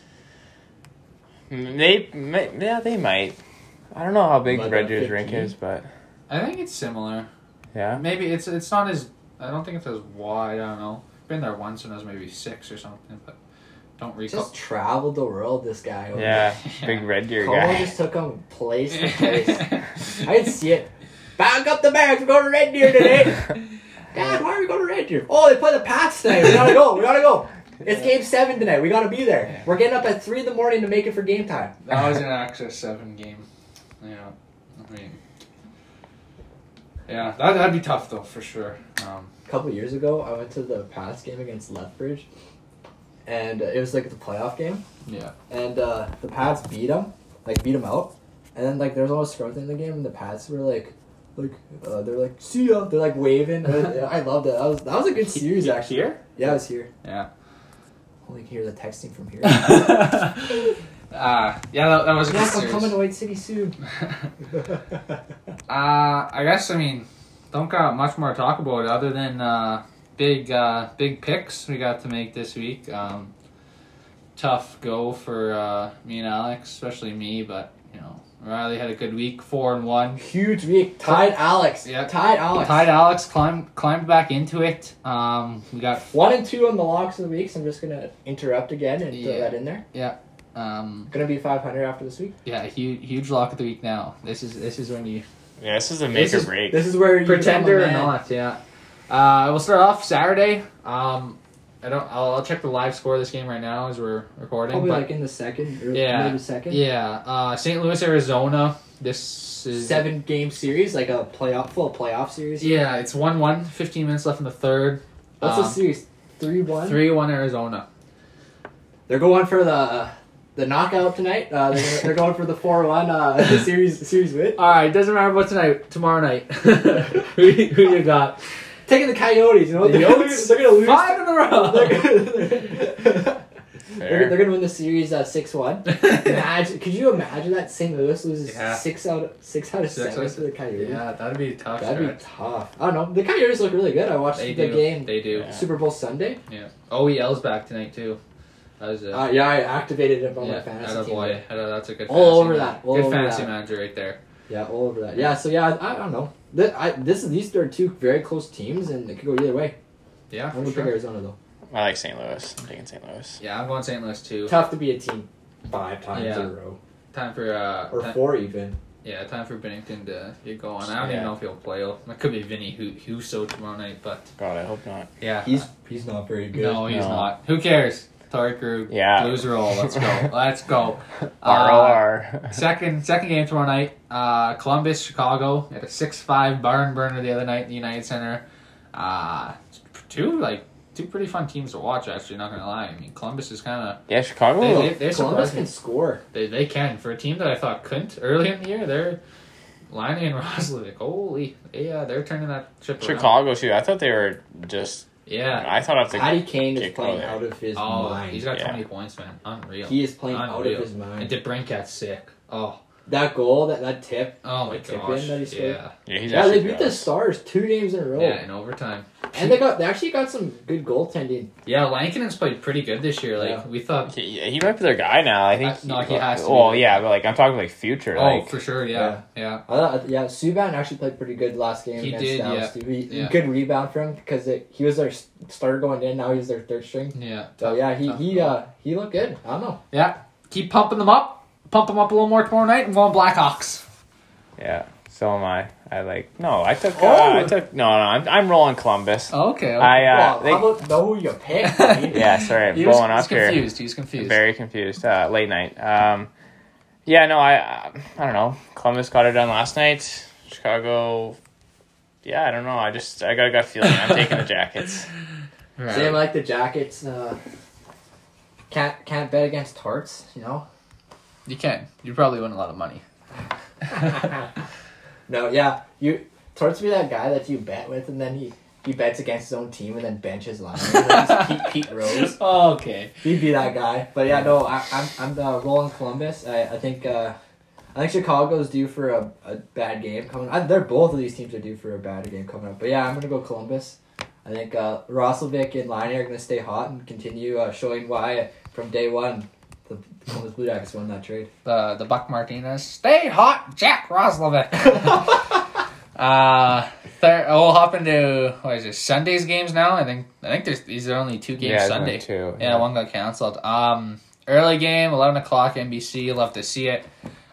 Speaker 3: They, may, yeah, they might. I don't know how big
Speaker 2: Might
Speaker 3: Red
Speaker 2: have
Speaker 3: Deer's rink
Speaker 2: 15.
Speaker 3: is, but
Speaker 1: I think it's similar.
Speaker 3: yeah,
Speaker 1: Maybe it's it's not as I don't think it's as wide. I don't know. Been there once and I was maybe six or something, but
Speaker 5: Don't recall.
Speaker 1: (laughs)
Speaker 2: Just traveled the world, this guy. over (laughs)
Speaker 3: Yeah, big red
Speaker 2: there.
Speaker 3: deer
Speaker 2: Como
Speaker 3: guy.
Speaker 2: just took him
Speaker 1: (laughs)
Speaker 2: place to place. I didn't see it. Back up the bags. We're going to Red Deer today. Dad, why are we going to Red Deer? Oh, they play the Pats tonight. We gotta go. We gotta go. It's game seven tonight. We gotta be there.
Speaker 5: Yeah.
Speaker 2: We're getting up at three in the morning to make it for game time.
Speaker 1: (laughs) That was an Access 7 game. Yeah. I mean, yeah, that, that'd be tough, though, for sure. Um,
Speaker 2: A couple years ago, I went to the Pats game against Lethbridge, and uh, it was like the playoff game. (laughs)
Speaker 1: Yeah. (laughs)
Speaker 2: And uh, the Pats beat them, like beat them out. And then like there was almost scrubbing in the game, and the Pats were like. Like uh, they're like see ya. They're
Speaker 1: (laughs)
Speaker 2: like waving. I loved it. That was that was a good series actually.
Speaker 3: Here?
Speaker 2: Yeah, I was here.
Speaker 1: Yeah.
Speaker 2: Only hear the texting
Speaker 1: (laughs)
Speaker 2: from here.
Speaker 1: uh, Ah, yeah, that, that was a good
Speaker 2: Yes, I'm
Speaker 1: series.
Speaker 2: coming to White City
Speaker 1: (laughs)
Speaker 2: soon.
Speaker 1: Uh, I guess I mean, don't got much more to talk about other than uh, big uh, big picks we got to make this week. Um, tough go for uh, me and Alex, especially me, but you know Riley had a good week, four and one.
Speaker 2: Huge week. Tied Alex.
Speaker 1: Yeah.
Speaker 2: Tied Alex.
Speaker 1: Tied Alex climbed climbed back into it. Um, we got
Speaker 2: One and two on the locks of the week, so I'm just gonna interrupt again and
Speaker 1: Yeah.
Speaker 2: throw that in there.
Speaker 1: um,
Speaker 2: Gonna be 500 after this week.
Speaker 1: yeah huge huge lock of the week now. This is this is when you
Speaker 3: Yeah, this is a make
Speaker 1: This
Speaker 3: or
Speaker 1: is-
Speaker 3: break.
Speaker 2: This is where you
Speaker 1: pretender or
Speaker 2: become a man.
Speaker 1: not yeah uh we'll start off saturday um i don't I'll, I'll check the live score of this game right now as we're recording
Speaker 2: Probably
Speaker 1: but
Speaker 2: like in the second or
Speaker 1: Yeah.
Speaker 2: maybe second.
Speaker 1: yeah uh st louis arizona this is
Speaker 2: Seven game series, like a playoff, full playoff series.
Speaker 1: yeah it's 1-1 15 minutes left in the third Um,
Speaker 2: What's the series? Three one.
Speaker 1: three one arizona
Speaker 2: They're going for the the knockout tonight. Uh, they're,
Speaker 1: (laughs)
Speaker 2: gonna- they're going for the four one uh, (laughs) series series win.
Speaker 1: all right doesn't matter about tonight tomorrow night (laughs) who, who you got
Speaker 2: Taking the Coyotes. You know
Speaker 1: The
Speaker 2: they're gonna
Speaker 1: Yotes.
Speaker 2: lose. They're gonna lose.
Speaker 1: five in a row
Speaker 2: (laughs) They're gonna- They're,
Speaker 3: Fair.
Speaker 2: they're gonna win the series uh,
Speaker 1: (laughs)
Speaker 2: six one. Imagine, could you imagine that St. Louis loses
Speaker 1: Yeah.
Speaker 2: six out of six out of
Speaker 1: Six out
Speaker 2: seven
Speaker 1: of
Speaker 2: to the Coyotes?
Speaker 1: yeah that'd be a tough
Speaker 2: That'd be
Speaker 1: stretch.
Speaker 2: tough. I don't know. The Coyotes look really good. I watched
Speaker 1: they
Speaker 2: the
Speaker 1: do
Speaker 2: game
Speaker 1: they do
Speaker 3: Yeah.
Speaker 2: Super Bowl Sunday.
Speaker 1: oel's back tonight too that was a
Speaker 2: Uh, yeah, I activated it on my
Speaker 1: Yeah,
Speaker 2: fantasy
Speaker 1: atta
Speaker 2: team.
Speaker 1: boy. Atta- that's a good
Speaker 2: All
Speaker 1: fantasy
Speaker 2: over
Speaker 1: man-
Speaker 2: that, all
Speaker 1: good
Speaker 2: over
Speaker 1: fantasy
Speaker 2: that.
Speaker 1: manager right there.
Speaker 2: Yeah, all over that. Yeah, so yeah, I, I don't know. This, I, this is these are two very close teams, and it could go either way.
Speaker 1: Yeah,
Speaker 2: I'm
Speaker 1: for
Speaker 2: gonna pick
Speaker 1: sure.
Speaker 2: Arizona though.
Speaker 3: I like St. Louis. I'm taking St. Louis.
Speaker 1: Yeah, I'm going St. Louis too.
Speaker 2: Tough to be a team five times
Speaker 1: Yeah.
Speaker 2: in a row
Speaker 1: Time for uh,
Speaker 2: or
Speaker 1: ti-
Speaker 2: four even.
Speaker 1: yeah, time for Bennington to get going. I don't
Speaker 3: Yeah.
Speaker 1: even know if he'll play. It could be Vinny Hu- Huso tomorrow night, but
Speaker 3: God, I hope not.
Speaker 1: yeah,
Speaker 2: He's he's not very good.
Speaker 1: no, he's
Speaker 3: No.
Speaker 1: not. Who cares? Tarek Krug,
Speaker 3: Yeah.
Speaker 1: Blues roll. Let's
Speaker 2: (laughs)
Speaker 1: go. Let's go. Uh,
Speaker 3: RLR.
Speaker 1: second second game tomorrow night. Uh, Columbus Chicago at a six five barn burner the other night in the United Center. Uh, two like two pretty fun teams to watch. Actually, not gonna lie. I mean, Columbus is kind of
Speaker 3: (laughs) yeah, Chicago.
Speaker 1: They, they, they're
Speaker 2: Oh, Columbus
Speaker 1: surprising.
Speaker 2: can score.
Speaker 1: They, they can for a team that I thought couldn't early in the year. They're Liney and (laughs) Roslovic. Holy, yeah, they're turning that ship around.
Speaker 3: Chicago too. I thought they were just.
Speaker 1: Yeah.
Speaker 3: I thought after
Speaker 2: Patty Kane
Speaker 3: kick
Speaker 2: is playing
Speaker 3: goal.
Speaker 2: out of his
Speaker 1: Oh,
Speaker 2: mind.
Speaker 1: he's got
Speaker 3: Yeah.
Speaker 1: 20 points, man. Unreal.
Speaker 2: He is playing out of
Speaker 1: Unreal.
Speaker 2: his
Speaker 1: and
Speaker 2: mind.
Speaker 1: DeBrinkat's sick. Oh,
Speaker 2: That goal, that, that tip.
Speaker 1: oh my
Speaker 2: The tip
Speaker 1: gosh.
Speaker 2: in that he scored?
Speaker 1: Yeah,
Speaker 3: yeah, he's
Speaker 2: yeah,
Speaker 3: actually
Speaker 2: they beat
Speaker 3: good.
Speaker 2: the Stars two games in a row,
Speaker 1: yeah, in overtime.
Speaker 2: and they got they actually got some good goaltending.
Speaker 1: Yeah, Lankinen's played pretty good this year. Like
Speaker 2: Yeah.
Speaker 1: we thought.
Speaker 3: He, he might be their guy now. I think.
Speaker 1: Uh, no, he has to be.
Speaker 3: Well, yeah, but like I'm talking like future.
Speaker 1: Oh,
Speaker 3: like
Speaker 1: for sure. Yeah, yeah,
Speaker 2: I thought, Uh, yeah, Subban actually played pretty good last game
Speaker 1: He
Speaker 2: against
Speaker 1: did,
Speaker 2: Dallas. too. He-
Speaker 1: yeah.
Speaker 2: Good rebound for him because it, he was their s- starter going in. Now he's their third string.
Speaker 1: yeah. yeah.
Speaker 2: So yeah, he
Speaker 1: tough
Speaker 2: he
Speaker 1: goal.
Speaker 2: uh, he looked good. I don't know.
Speaker 1: Keep pumping them up. Pump them up a little more tomorrow night. I'm going Blackhawks.
Speaker 3: yeah. So am I. I like no. I took.
Speaker 2: Oh.
Speaker 3: Uh, I took no. No. I'm, I'm rolling Columbus.
Speaker 1: Okay. okay.
Speaker 3: I uh.
Speaker 2: Wow,
Speaker 3: they-
Speaker 2: how about know who you
Speaker 3: (laughs)
Speaker 2: picked? dude?
Speaker 3: yeah. Sorry,
Speaker 1: (laughs)
Speaker 3: I'm
Speaker 1: He was-
Speaker 3: blowing up
Speaker 1: he's
Speaker 3: here.
Speaker 1: confused. He's confused.
Speaker 3: Very confused. Uh, late night. Um, yeah, no, I, I, I don't know. Columbus got it done last night. Chicago. Yeah, I don't know. I just I got a gut feeling. I'm
Speaker 1: (laughs)
Speaker 3: taking the Jackets.
Speaker 1: Right.
Speaker 2: Same like the Jackets. Uh, can't can't bet against Tarts. You
Speaker 3: (laughs)
Speaker 2: know.
Speaker 1: You can. You probably win a lot of money.
Speaker 2: no, yeah, you Torts be that guy that you bet with, and then he he bets against his own team and then
Speaker 1: (laughs)
Speaker 2: benches line. Pete, Pete Rose,
Speaker 1: okay.
Speaker 2: he'd be that guy. But yeah, no, I, I'm I'm uh, rolling Columbus. I I think uh, I think Chicago's due for a, a bad game coming. I, they're both of these teams are due for a bad game coming up. But yeah, I'm gonna go Columbus. I think uh, Roslovic and Line are gonna stay hot and continue uh, showing why from day one the Columbus Blue Jackets won that trade.
Speaker 1: The the Buck Martinez. Stay hot, Jack Roslovic. uh thir- we'll hop into what is it? Sunday's games now. I think I think there's these are only two games
Speaker 3: yeah,
Speaker 1: Sunday.
Speaker 3: too.
Speaker 1: Yeah, one got canceled. Um, early game, eleven o'clock, NBC. Love to see it.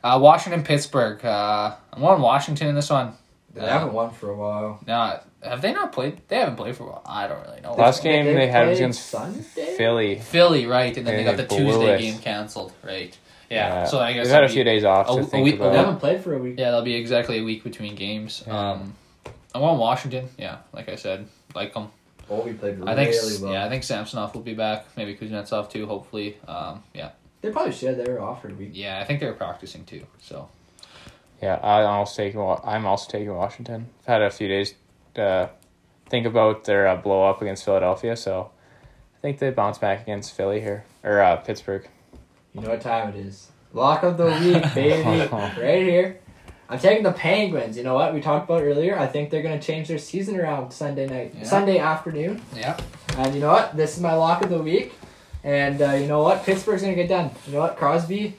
Speaker 1: Uh, Washington, Pittsburgh. Uh, I'm on Washington in this one.
Speaker 2: They
Speaker 1: Yeah.
Speaker 2: haven't won for a while.
Speaker 1: Now, have they not played? They haven't played for a while. I don't really know.
Speaker 3: Last game
Speaker 2: They
Speaker 3: they, had was
Speaker 2: played
Speaker 3: against
Speaker 2: Sunday?
Speaker 3: Philly.
Speaker 1: Philly, right? And then
Speaker 3: Yeah,
Speaker 1: they got
Speaker 3: they
Speaker 1: the
Speaker 3: blew
Speaker 1: Tuesday
Speaker 3: us.
Speaker 1: game canceled, right? Yeah. So I guess
Speaker 3: Uh, we've had a
Speaker 1: it'll be-
Speaker 3: few days off
Speaker 1: a
Speaker 3: to
Speaker 1: w- a
Speaker 3: think
Speaker 1: week-
Speaker 2: They
Speaker 3: about.
Speaker 1: Yeah.
Speaker 2: haven't played for a week.
Speaker 1: Yeah, that'll be exactly a week between games.
Speaker 3: Yeah.
Speaker 1: Um, I'm on Washington. Yeah, like I said, like them.
Speaker 2: Oh, we played really
Speaker 1: I think.
Speaker 2: well.
Speaker 1: Yeah, I think Samsonov will be back. Maybe Kuznetsov too. Hopefully. Um, yeah,
Speaker 2: They probably should. They were offered a week.
Speaker 1: yeah. I think they're practicing too. So
Speaker 3: Yeah, I- I'm also taking. Wa- I'm also taking Washington. I've had a few days to think about their uh, blow up against Philadelphia, so I think they bounce back against Philly here or uh, Pittsburgh.
Speaker 2: You know what time it is. Lock of the week, baby. right here. I'm taking the Penguins. You know what we talked about earlier? I think they're going to change their season around Sunday night,
Speaker 1: Yeah.
Speaker 2: Sunday afternoon.
Speaker 1: yeah,
Speaker 2: And you know what? This is my lock of the week. And uh, you know what? Pittsburgh's going to get done. You know what? Crosby,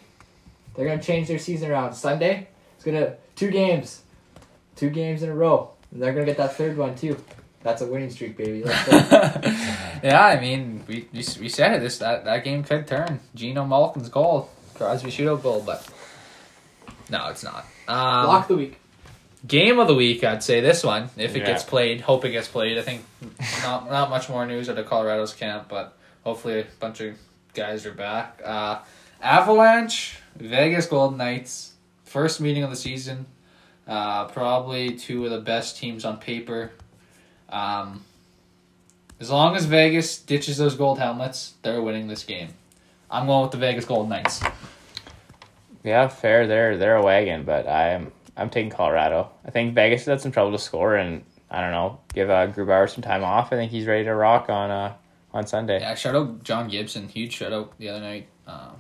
Speaker 2: they're going to change their season around Sunday. It's going to two games, two games in a row. And they're going to get that third one too. That's a winning streak, baby. Let's go.
Speaker 1: (laughs) yeah. I mean, we, we s- we said it. This that that game could turn. Gino Malkin's goal, Crosby shootout goal, but no, it's not. Um,
Speaker 2: lock the week.
Speaker 1: game of the week, I'd say this one. If it
Speaker 3: Yeah.
Speaker 1: gets played, hope it gets played. I think not not much more news out of Colorado's camp, but hopefully a bunch of guys are back. Uh, Avalanche, Vegas Golden Knights, first meeting of the season. Uh, probably two of the best teams on paper. Um, as long as Vegas ditches those gold helmets, they're winning this game. I'm going with the Vegas Golden Knights.
Speaker 3: Yeah, fair. They're they're a wagon, but I'm I'm taking Colorado. I think Vegas has had some trouble to score, and I don't know. Give uh, Grubauer some time off. I think he's ready to rock on uh on Sunday.
Speaker 1: Yeah, shout out John Gibson, huge shout out the other night. Um,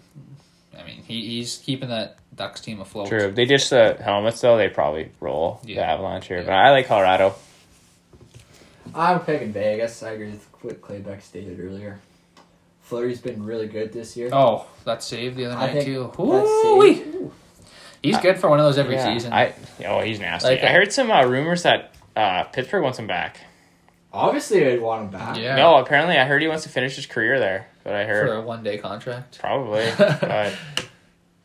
Speaker 1: I mean, he, he's keeping that Ducks team afloat.
Speaker 3: True. They just the helmets though. They probably roll the
Speaker 1: Yeah.
Speaker 3: Avalanche here,
Speaker 1: Yeah.
Speaker 3: but I like Colorado.
Speaker 2: I'm picking Vegas. I agree with what Claybeck stated earlier. Flurry's been really good this year.
Speaker 1: Oh, that save the other
Speaker 2: I
Speaker 1: night
Speaker 2: think
Speaker 1: too.
Speaker 2: that's
Speaker 1: Ooh-wee.
Speaker 2: safe.
Speaker 1: He's good for one of those every
Speaker 3: Yeah,
Speaker 1: season.
Speaker 3: I oh he's nasty.
Speaker 1: Like,
Speaker 3: I
Speaker 1: uh,
Speaker 3: heard some uh, rumors that uh, Pittsburgh wants him back.
Speaker 2: Obviously, I'd want him back.
Speaker 1: yeah,
Speaker 3: No, apparently I heard he wants to finish his career there. But I heard
Speaker 1: for a one day contract. (laughs)
Speaker 3: probably. but
Speaker 1: I,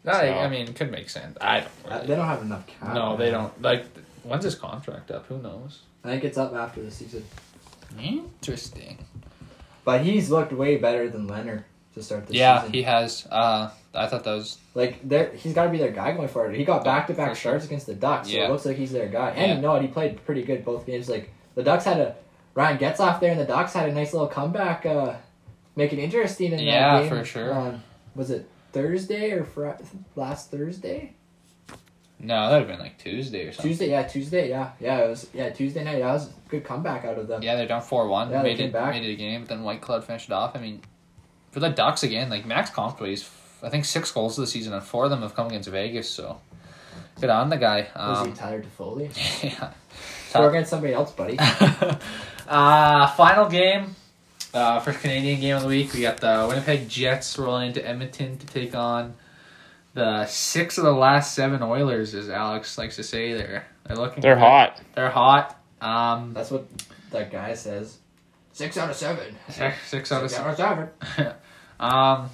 Speaker 3: So-
Speaker 1: I mean, could make sense. I don't.
Speaker 2: Uh,
Speaker 1: Really,
Speaker 2: They don't have enough cap.
Speaker 1: no, they don't. Like, when's his contract up? Who knows?
Speaker 2: I think it's up after the season.
Speaker 1: Interesting.
Speaker 2: But he's looked way better than Leonard to start the
Speaker 1: yeah,
Speaker 2: season.
Speaker 1: he has. Uh, I thought that was
Speaker 2: like there, he's got to be their guy going forward. He got back to back
Speaker 1: For sure.
Speaker 2: starts against the Ducks, so
Speaker 1: Yeah.
Speaker 2: it looks like he's their guy. And
Speaker 1: Yeah.
Speaker 2: you know what? He played pretty good both games. Like the Ducks had a Ryan gets off there, and the Ducks had a nice little comeback, uh, make it interesting. In that
Speaker 1: Yeah,
Speaker 2: game.
Speaker 1: for sure.
Speaker 2: Um, was it Thursday or Friday? Last Thursday.
Speaker 1: no. That'd have been like Tuesday or something.
Speaker 2: Tuesday, yeah, Tuesday, yeah, yeah. It was yeah Tuesday night. Yeah, it was a good comeback out of them.
Speaker 1: Yeah, they're down four one.
Speaker 2: Yeah, they
Speaker 1: made
Speaker 2: came
Speaker 1: it
Speaker 2: back.
Speaker 1: made it a game, but then White Cloud finished it off. I mean, for the Ducks again, like Max Comtois, I think six goals this season, and four of them have come against Vegas. So good on the guy.
Speaker 2: Was he
Speaker 1: Um,
Speaker 2: tired to Foley?
Speaker 1: (laughs) yeah.
Speaker 2: Score against somebody else, buddy.
Speaker 1: (laughs) uh, final game, uh, first Canadian game of the week. We got the Winnipeg Jets rolling into Edmonton to take on the six of the last seven Oilers, as Alex likes to say. There, they're looking.
Speaker 3: they're
Speaker 1: good.
Speaker 3: hot.
Speaker 1: They're hot. Um,
Speaker 2: That's what that guy says. Six out of seven.
Speaker 1: six out of seven.
Speaker 2: Six out of seven.
Speaker 1: (laughs) Um,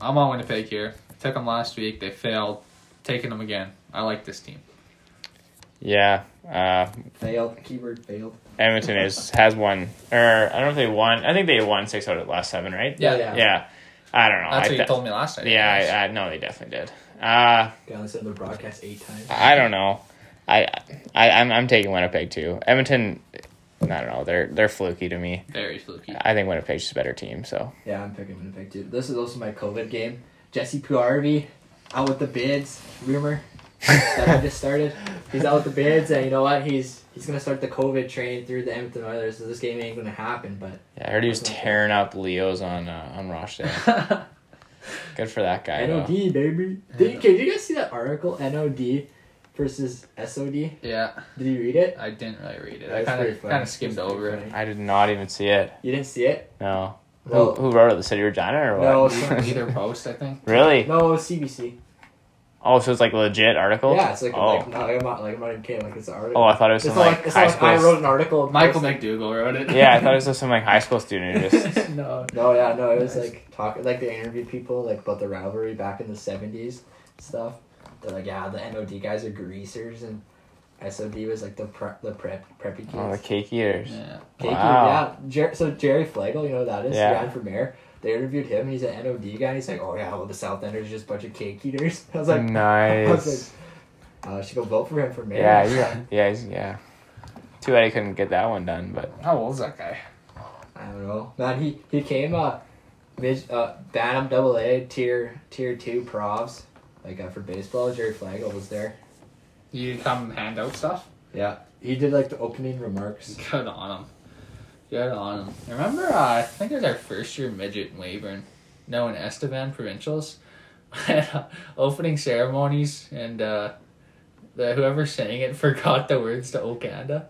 Speaker 1: I'm on Winnipeg here. Took them last week. They failed. Taking them again. I like this team.
Speaker 3: Yeah. Uh,
Speaker 2: Failed. Keyword failed.
Speaker 3: Edmonton is has won or I don't know if they won. I think they won six out of the last seven, right?
Speaker 1: Yeah.
Speaker 3: Yeah. I don't know.
Speaker 1: That's
Speaker 3: Oh, I
Speaker 1: what you
Speaker 3: th-
Speaker 1: told me last night.
Speaker 3: yeah, I, I no, they definitely did. Uh
Speaker 2: Guy listened to the broadcast eight times.
Speaker 3: I don't know. I I I'm I'm taking Winnipeg too. Edmonton I don't know. They're they're fluky to me.
Speaker 1: Very fluky.
Speaker 3: I think Winnipeg's just a better team,
Speaker 2: (laughs)
Speaker 3: so
Speaker 2: Yeah, I'm picking Winnipeg too. This is also my COVID game. Jesse Puarvi out with the bids. Rumor that I just started. He's out with the bids, and you know what? He's he's gonna start the COVID train through the Edmonton Oilers. So this game ain't gonna happen. But
Speaker 3: yeah, I heard he was tearing up Leo's on uh, on Rochdale. Good for that guy.
Speaker 2: NOD
Speaker 3: Though.
Speaker 2: baby. Did, okay, did you guys see that article? NOD versus SOD. Did
Speaker 1: (laughs) yeah,
Speaker 2: you read it?
Speaker 1: I didn't really read it.
Speaker 2: That
Speaker 1: I
Speaker 2: was
Speaker 1: kind
Speaker 2: pretty
Speaker 1: of
Speaker 2: funny.
Speaker 1: kind of skimmed
Speaker 2: It was
Speaker 1: over
Speaker 2: pretty
Speaker 1: it.
Speaker 2: funny.
Speaker 3: I did not even see it.
Speaker 2: You didn't see it?
Speaker 3: No. Who,
Speaker 2: No,
Speaker 3: who wrote it? The city of Regina
Speaker 1: (laughs)
Speaker 3: or
Speaker 2: No,
Speaker 3: what?
Speaker 2: some-
Speaker 1: Either post, I think.
Speaker 3: (laughs) really?
Speaker 2: no, it was CBC.
Speaker 3: Oh, so it's like legit articles.
Speaker 2: Yeah, it's like,
Speaker 3: oh,
Speaker 2: like, not, I'm not like I'm not even kidding. Like it's an article.
Speaker 3: oh, I thought it was
Speaker 2: it's
Speaker 3: some
Speaker 2: not like,
Speaker 3: like,
Speaker 2: it's
Speaker 3: high
Speaker 2: not like
Speaker 3: school.
Speaker 2: I wrote an article. and
Speaker 6: Michael
Speaker 2: posted-
Speaker 6: McDougal wrote it.
Speaker 3: yeah, I thought
Speaker 1: (laughs)
Speaker 3: it was just some like high school student who
Speaker 2: (laughs)
Speaker 3: just
Speaker 6: no.
Speaker 2: No, yeah, no, it was
Speaker 6: Nice.
Speaker 2: like talking, like they interviewed people like about the rivalry back in the seventies stuff. They're like, yeah, the NOD guys are greasers and SOD was like the prep, the prep preppy kids.
Speaker 3: oh the cake eaters.
Speaker 6: Yeah.
Speaker 2: Thank you.
Speaker 3: Wow.
Speaker 2: Yeah. Jer- so Jerry Flagel, you know who that is?
Speaker 3: Yeah.
Speaker 2: Yeah. for mayor. They interviewed him, and he's an NOD guy. And he's like, "Oh yeah, well the South Enders are just a bunch of cake eaters." (laughs) I was
Speaker 3: Mm.
Speaker 2: like, I
Speaker 3: nice.
Speaker 2: was like, uh, "Should go vote for him for mayor." (laughs)
Speaker 3: Yeah, yeah, yeah, he's- yeah. Too bad he couldn't get that one done, but (laughs)
Speaker 1: How old is that guy?
Speaker 2: I don't know, man. He he came uh, mid uh, Bantam Double A tier tier two provs, like uh, for baseball. Jerry Flagel was there.
Speaker 1: You come hand out stuff?
Speaker 2: Yeah, he did like the opening remarks.
Speaker 1: Good on him. Good on him. Remember, uh, I think it was our first year midget in Weyburn. No, in Estevan Provincials. (laughs) At, uh, opening ceremonies, and uh, the, whoever sang it (laughs) forgot the words to O Canada.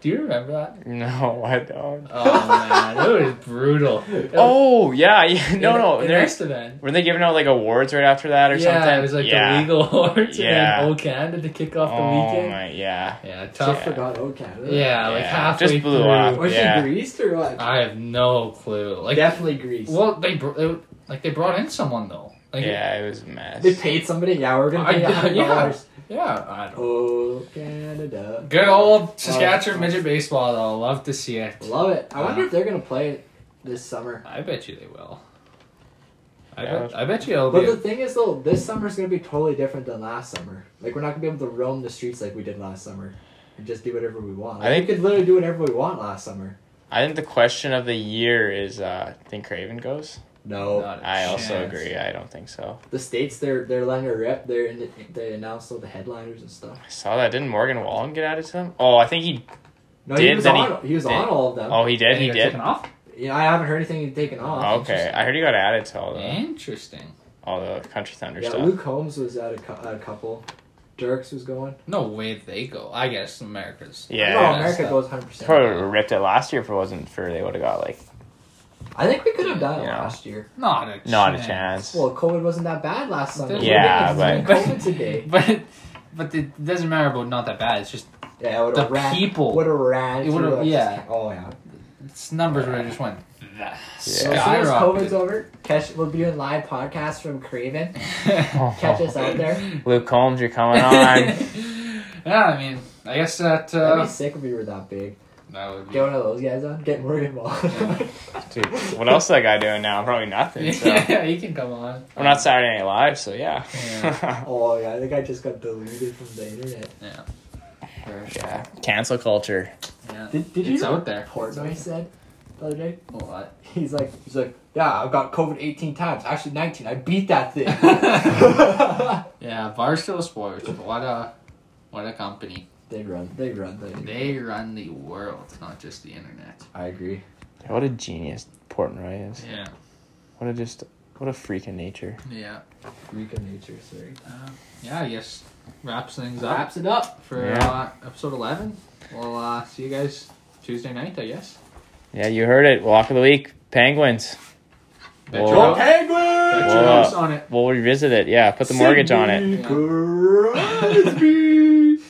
Speaker 1: Do you remember that?
Speaker 3: no, I don't. (laughs)
Speaker 1: Oh man, it was brutal. It was-
Speaker 3: Oh
Speaker 2: (laughs)
Speaker 3: yeah, yeah. no,
Speaker 1: in-
Speaker 3: no.
Speaker 1: in
Speaker 3: they're-
Speaker 1: Estevan.
Speaker 3: Were they giving out like awards right after that or
Speaker 1: yeah,
Speaker 3: something?
Speaker 1: it was like
Speaker 3: yeah.
Speaker 1: the legal awards
Speaker 3: Yeah.
Speaker 1: and then O Canada to kick off the
Speaker 3: oh
Speaker 1: weekend.
Speaker 3: my, yeah.
Speaker 1: Yeah,
Speaker 2: Tough
Speaker 1: tough.
Speaker 2: forgot O Canada.
Speaker 1: Yeah, like
Speaker 3: Yeah,
Speaker 1: halfway
Speaker 3: just blew
Speaker 1: through.
Speaker 3: off.
Speaker 2: was he
Speaker 3: Yeah.
Speaker 2: greased or what?
Speaker 1: I have no clue. Like
Speaker 2: Definitely greased.
Speaker 1: Well, they, br- they like they brought in someone though. Like
Speaker 3: yeah, it was a mess.
Speaker 2: they paid somebody. Yeah, we're gonna
Speaker 1: I-
Speaker 2: pay a hundred
Speaker 1: yeah.
Speaker 2: dollars.
Speaker 1: yeah, I don't.
Speaker 2: Oh Canada.
Speaker 1: Good old Saskatchewan midget baseball though. Love to see it.
Speaker 2: Love it. I wonder
Speaker 1: Wow.
Speaker 2: if they're gonna play it this summer.
Speaker 1: I bet you they will. I
Speaker 3: Yeah.
Speaker 1: bet. I bet you it'll
Speaker 2: But
Speaker 1: be.
Speaker 2: the thing is though, this summer's gonna be totally different than last summer. Like we're not gonna be able to roam the streets like we did last summer. And just do whatever we want.
Speaker 3: I
Speaker 2: Like,
Speaker 3: think-
Speaker 2: we could literally do whatever we want last summer.
Speaker 3: I think the question of the year is uh I think Craven goes.
Speaker 2: No.
Speaker 1: Not a
Speaker 3: I also
Speaker 1: chance.
Speaker 3: agree. I don't think so.
Speaker 2: The states they're they're letting it rip, they're in the, they announced all the headliners and stuff.
Speaker 3: I saw that. Didn't Morgan Wallen get added to them? Oh, I think he.
Speaker 2: No, he
Speaker 3: Did-
Speaker 2: was
Speaker 3: then
Speaker 2: on he, was
Speaker 3: did-
Speaker 2: on all of them.
Speaker 3: Oh, he did.
Speaker 1: And
Speaker 3: He
Speaker 1: got
Speaker 3: did.
Speaker 1: taken off.
Speaker 2: Yeah, I haven't heard anything he'd taken off.
Speaker 3: Okay, I heard he got added to all the
Speaker 1: Interesting.
Speaker 3: all the Country Thunder
Speaker 2: Yeah,
Speaker 3: stuff.
Speaker 2: Luke Holmes was at a, cou- at a couple. Dirks was going.
Speaker 1: No way they go. I guess America's.
Speaker 3: Yeah.
Speaker 2: No,
Speaker 1: that's
Speaker 2: America
Speaker 1: the-
Speaker 2: goes 100%.
Speaker 3: Probably would've ripped it last year if it wasn't for they would have got like
Speaker 2: I think we could have done it
Speaker 3: Yeah.
Speaker 2: last year.
Speaker 1: Not a.
Speaker 3: not
Speaker 1: chance.
Speaker 3: a chance.
Speaker 2: Well, COVID wasn't that bad last summer.
Speaker 3: Yeah,
Speaker 2: We're getting
Speaker 1: but-
Speaker 2: COVID today.
Speaker 1: (laughs) But but it doesn't matter about not that bad. It's just
Speaker 2: Yeah, it would have
Speaker 1: The
Speaker 2: ran,
Speaker 1: people.
Speaker 2: would have ran.
Speaker 1: It would've-
Speaker 2: through, like,
Speaker 1: yeah.
Speaker 2: just- Oh yeah.
Speaker 1: its numbers where it just went. Yeah.
Speaker 2: So as soon as COVID's
Speaker 1: Skyrocketed.
Speaker 2: over, catch we'll be doing live podcasts from Craven. Catch us out there.
Speaker 3: Oh.
Speaker 1: (laughs)
Speaker 3: Luke Holmes, you're coming on.
Speaker 1: yeah, I mean, I guess that
Speaker 2: That'd
Speaker 1: uh,
Speaker 2: be sick if we were that big.
Speaker 1: that would be.
Speaker 2: Get one of those guys on. Get Morgan Wall. (laughs)
Speaker 3: Dude, what else is that guy doing now? Probably
Speaker 1: (laughs)
Speaker 3: nothing. So.
Speaker 1: yeah, you can come on.
Speaker 3: I'm not Saturday Night Live, so yeah.
Speaker 1: Yeah.
Speaker 3: Yeah.
Speaker 2: oh yeah, I think I just got deleted from the internet.
Speaker 3: (laughs) Cancel culture.
Speaker 1: Yeah.
Speaker 2: Did, did you
Speaker 1: it's
Speaker 2: hear
Speaker 1: out there. It's out
Speaker 2: Portnoy said the other day?
Speaker 1: there. What?
Speaker 2: (laughs) He's like, he's like, yeah, I've got COVID 18 times. Actually, 19. I beat that thing.
Speaker 1: Yeah, Barstool Sports. What a what a company.
Speaker 2: they run. They run. They.
Speaker 1: They run the world, not just the internet.
Speaker 2: I agree.
Speaker 3: What a genius Portnoy is.
Speaker 1: Yeah.
Speaker 3: What a just what a freak of nature.
Speaker 1: Yeah. Uh,
Speaker 2: Freak of nature. Sorry.
Speaker 1: Yeah. I guess wraps things up
Speaker 2: Wraps it up.
Speaker 1: for uh,
Speaker 3: Yeah.
Speaker 1: episode eleven. We'll uh, see you guys Tuesday night, I guess.
Speaker 3: Yeah, you heard it. Walk of the week, Penguins.
Speaker 1: Bet
Speaker 3: Whoa.
Speaker 1: your
Speaker 3: Go
Speaker 1: house, bet your
Speaker 3: Whoa.
Speaker 1: house on it.
Speaker 3: We'll revisit it. Yeah, put the mortgage on it.
Speaker 1: Yeah.
Speaker 2: Crosby.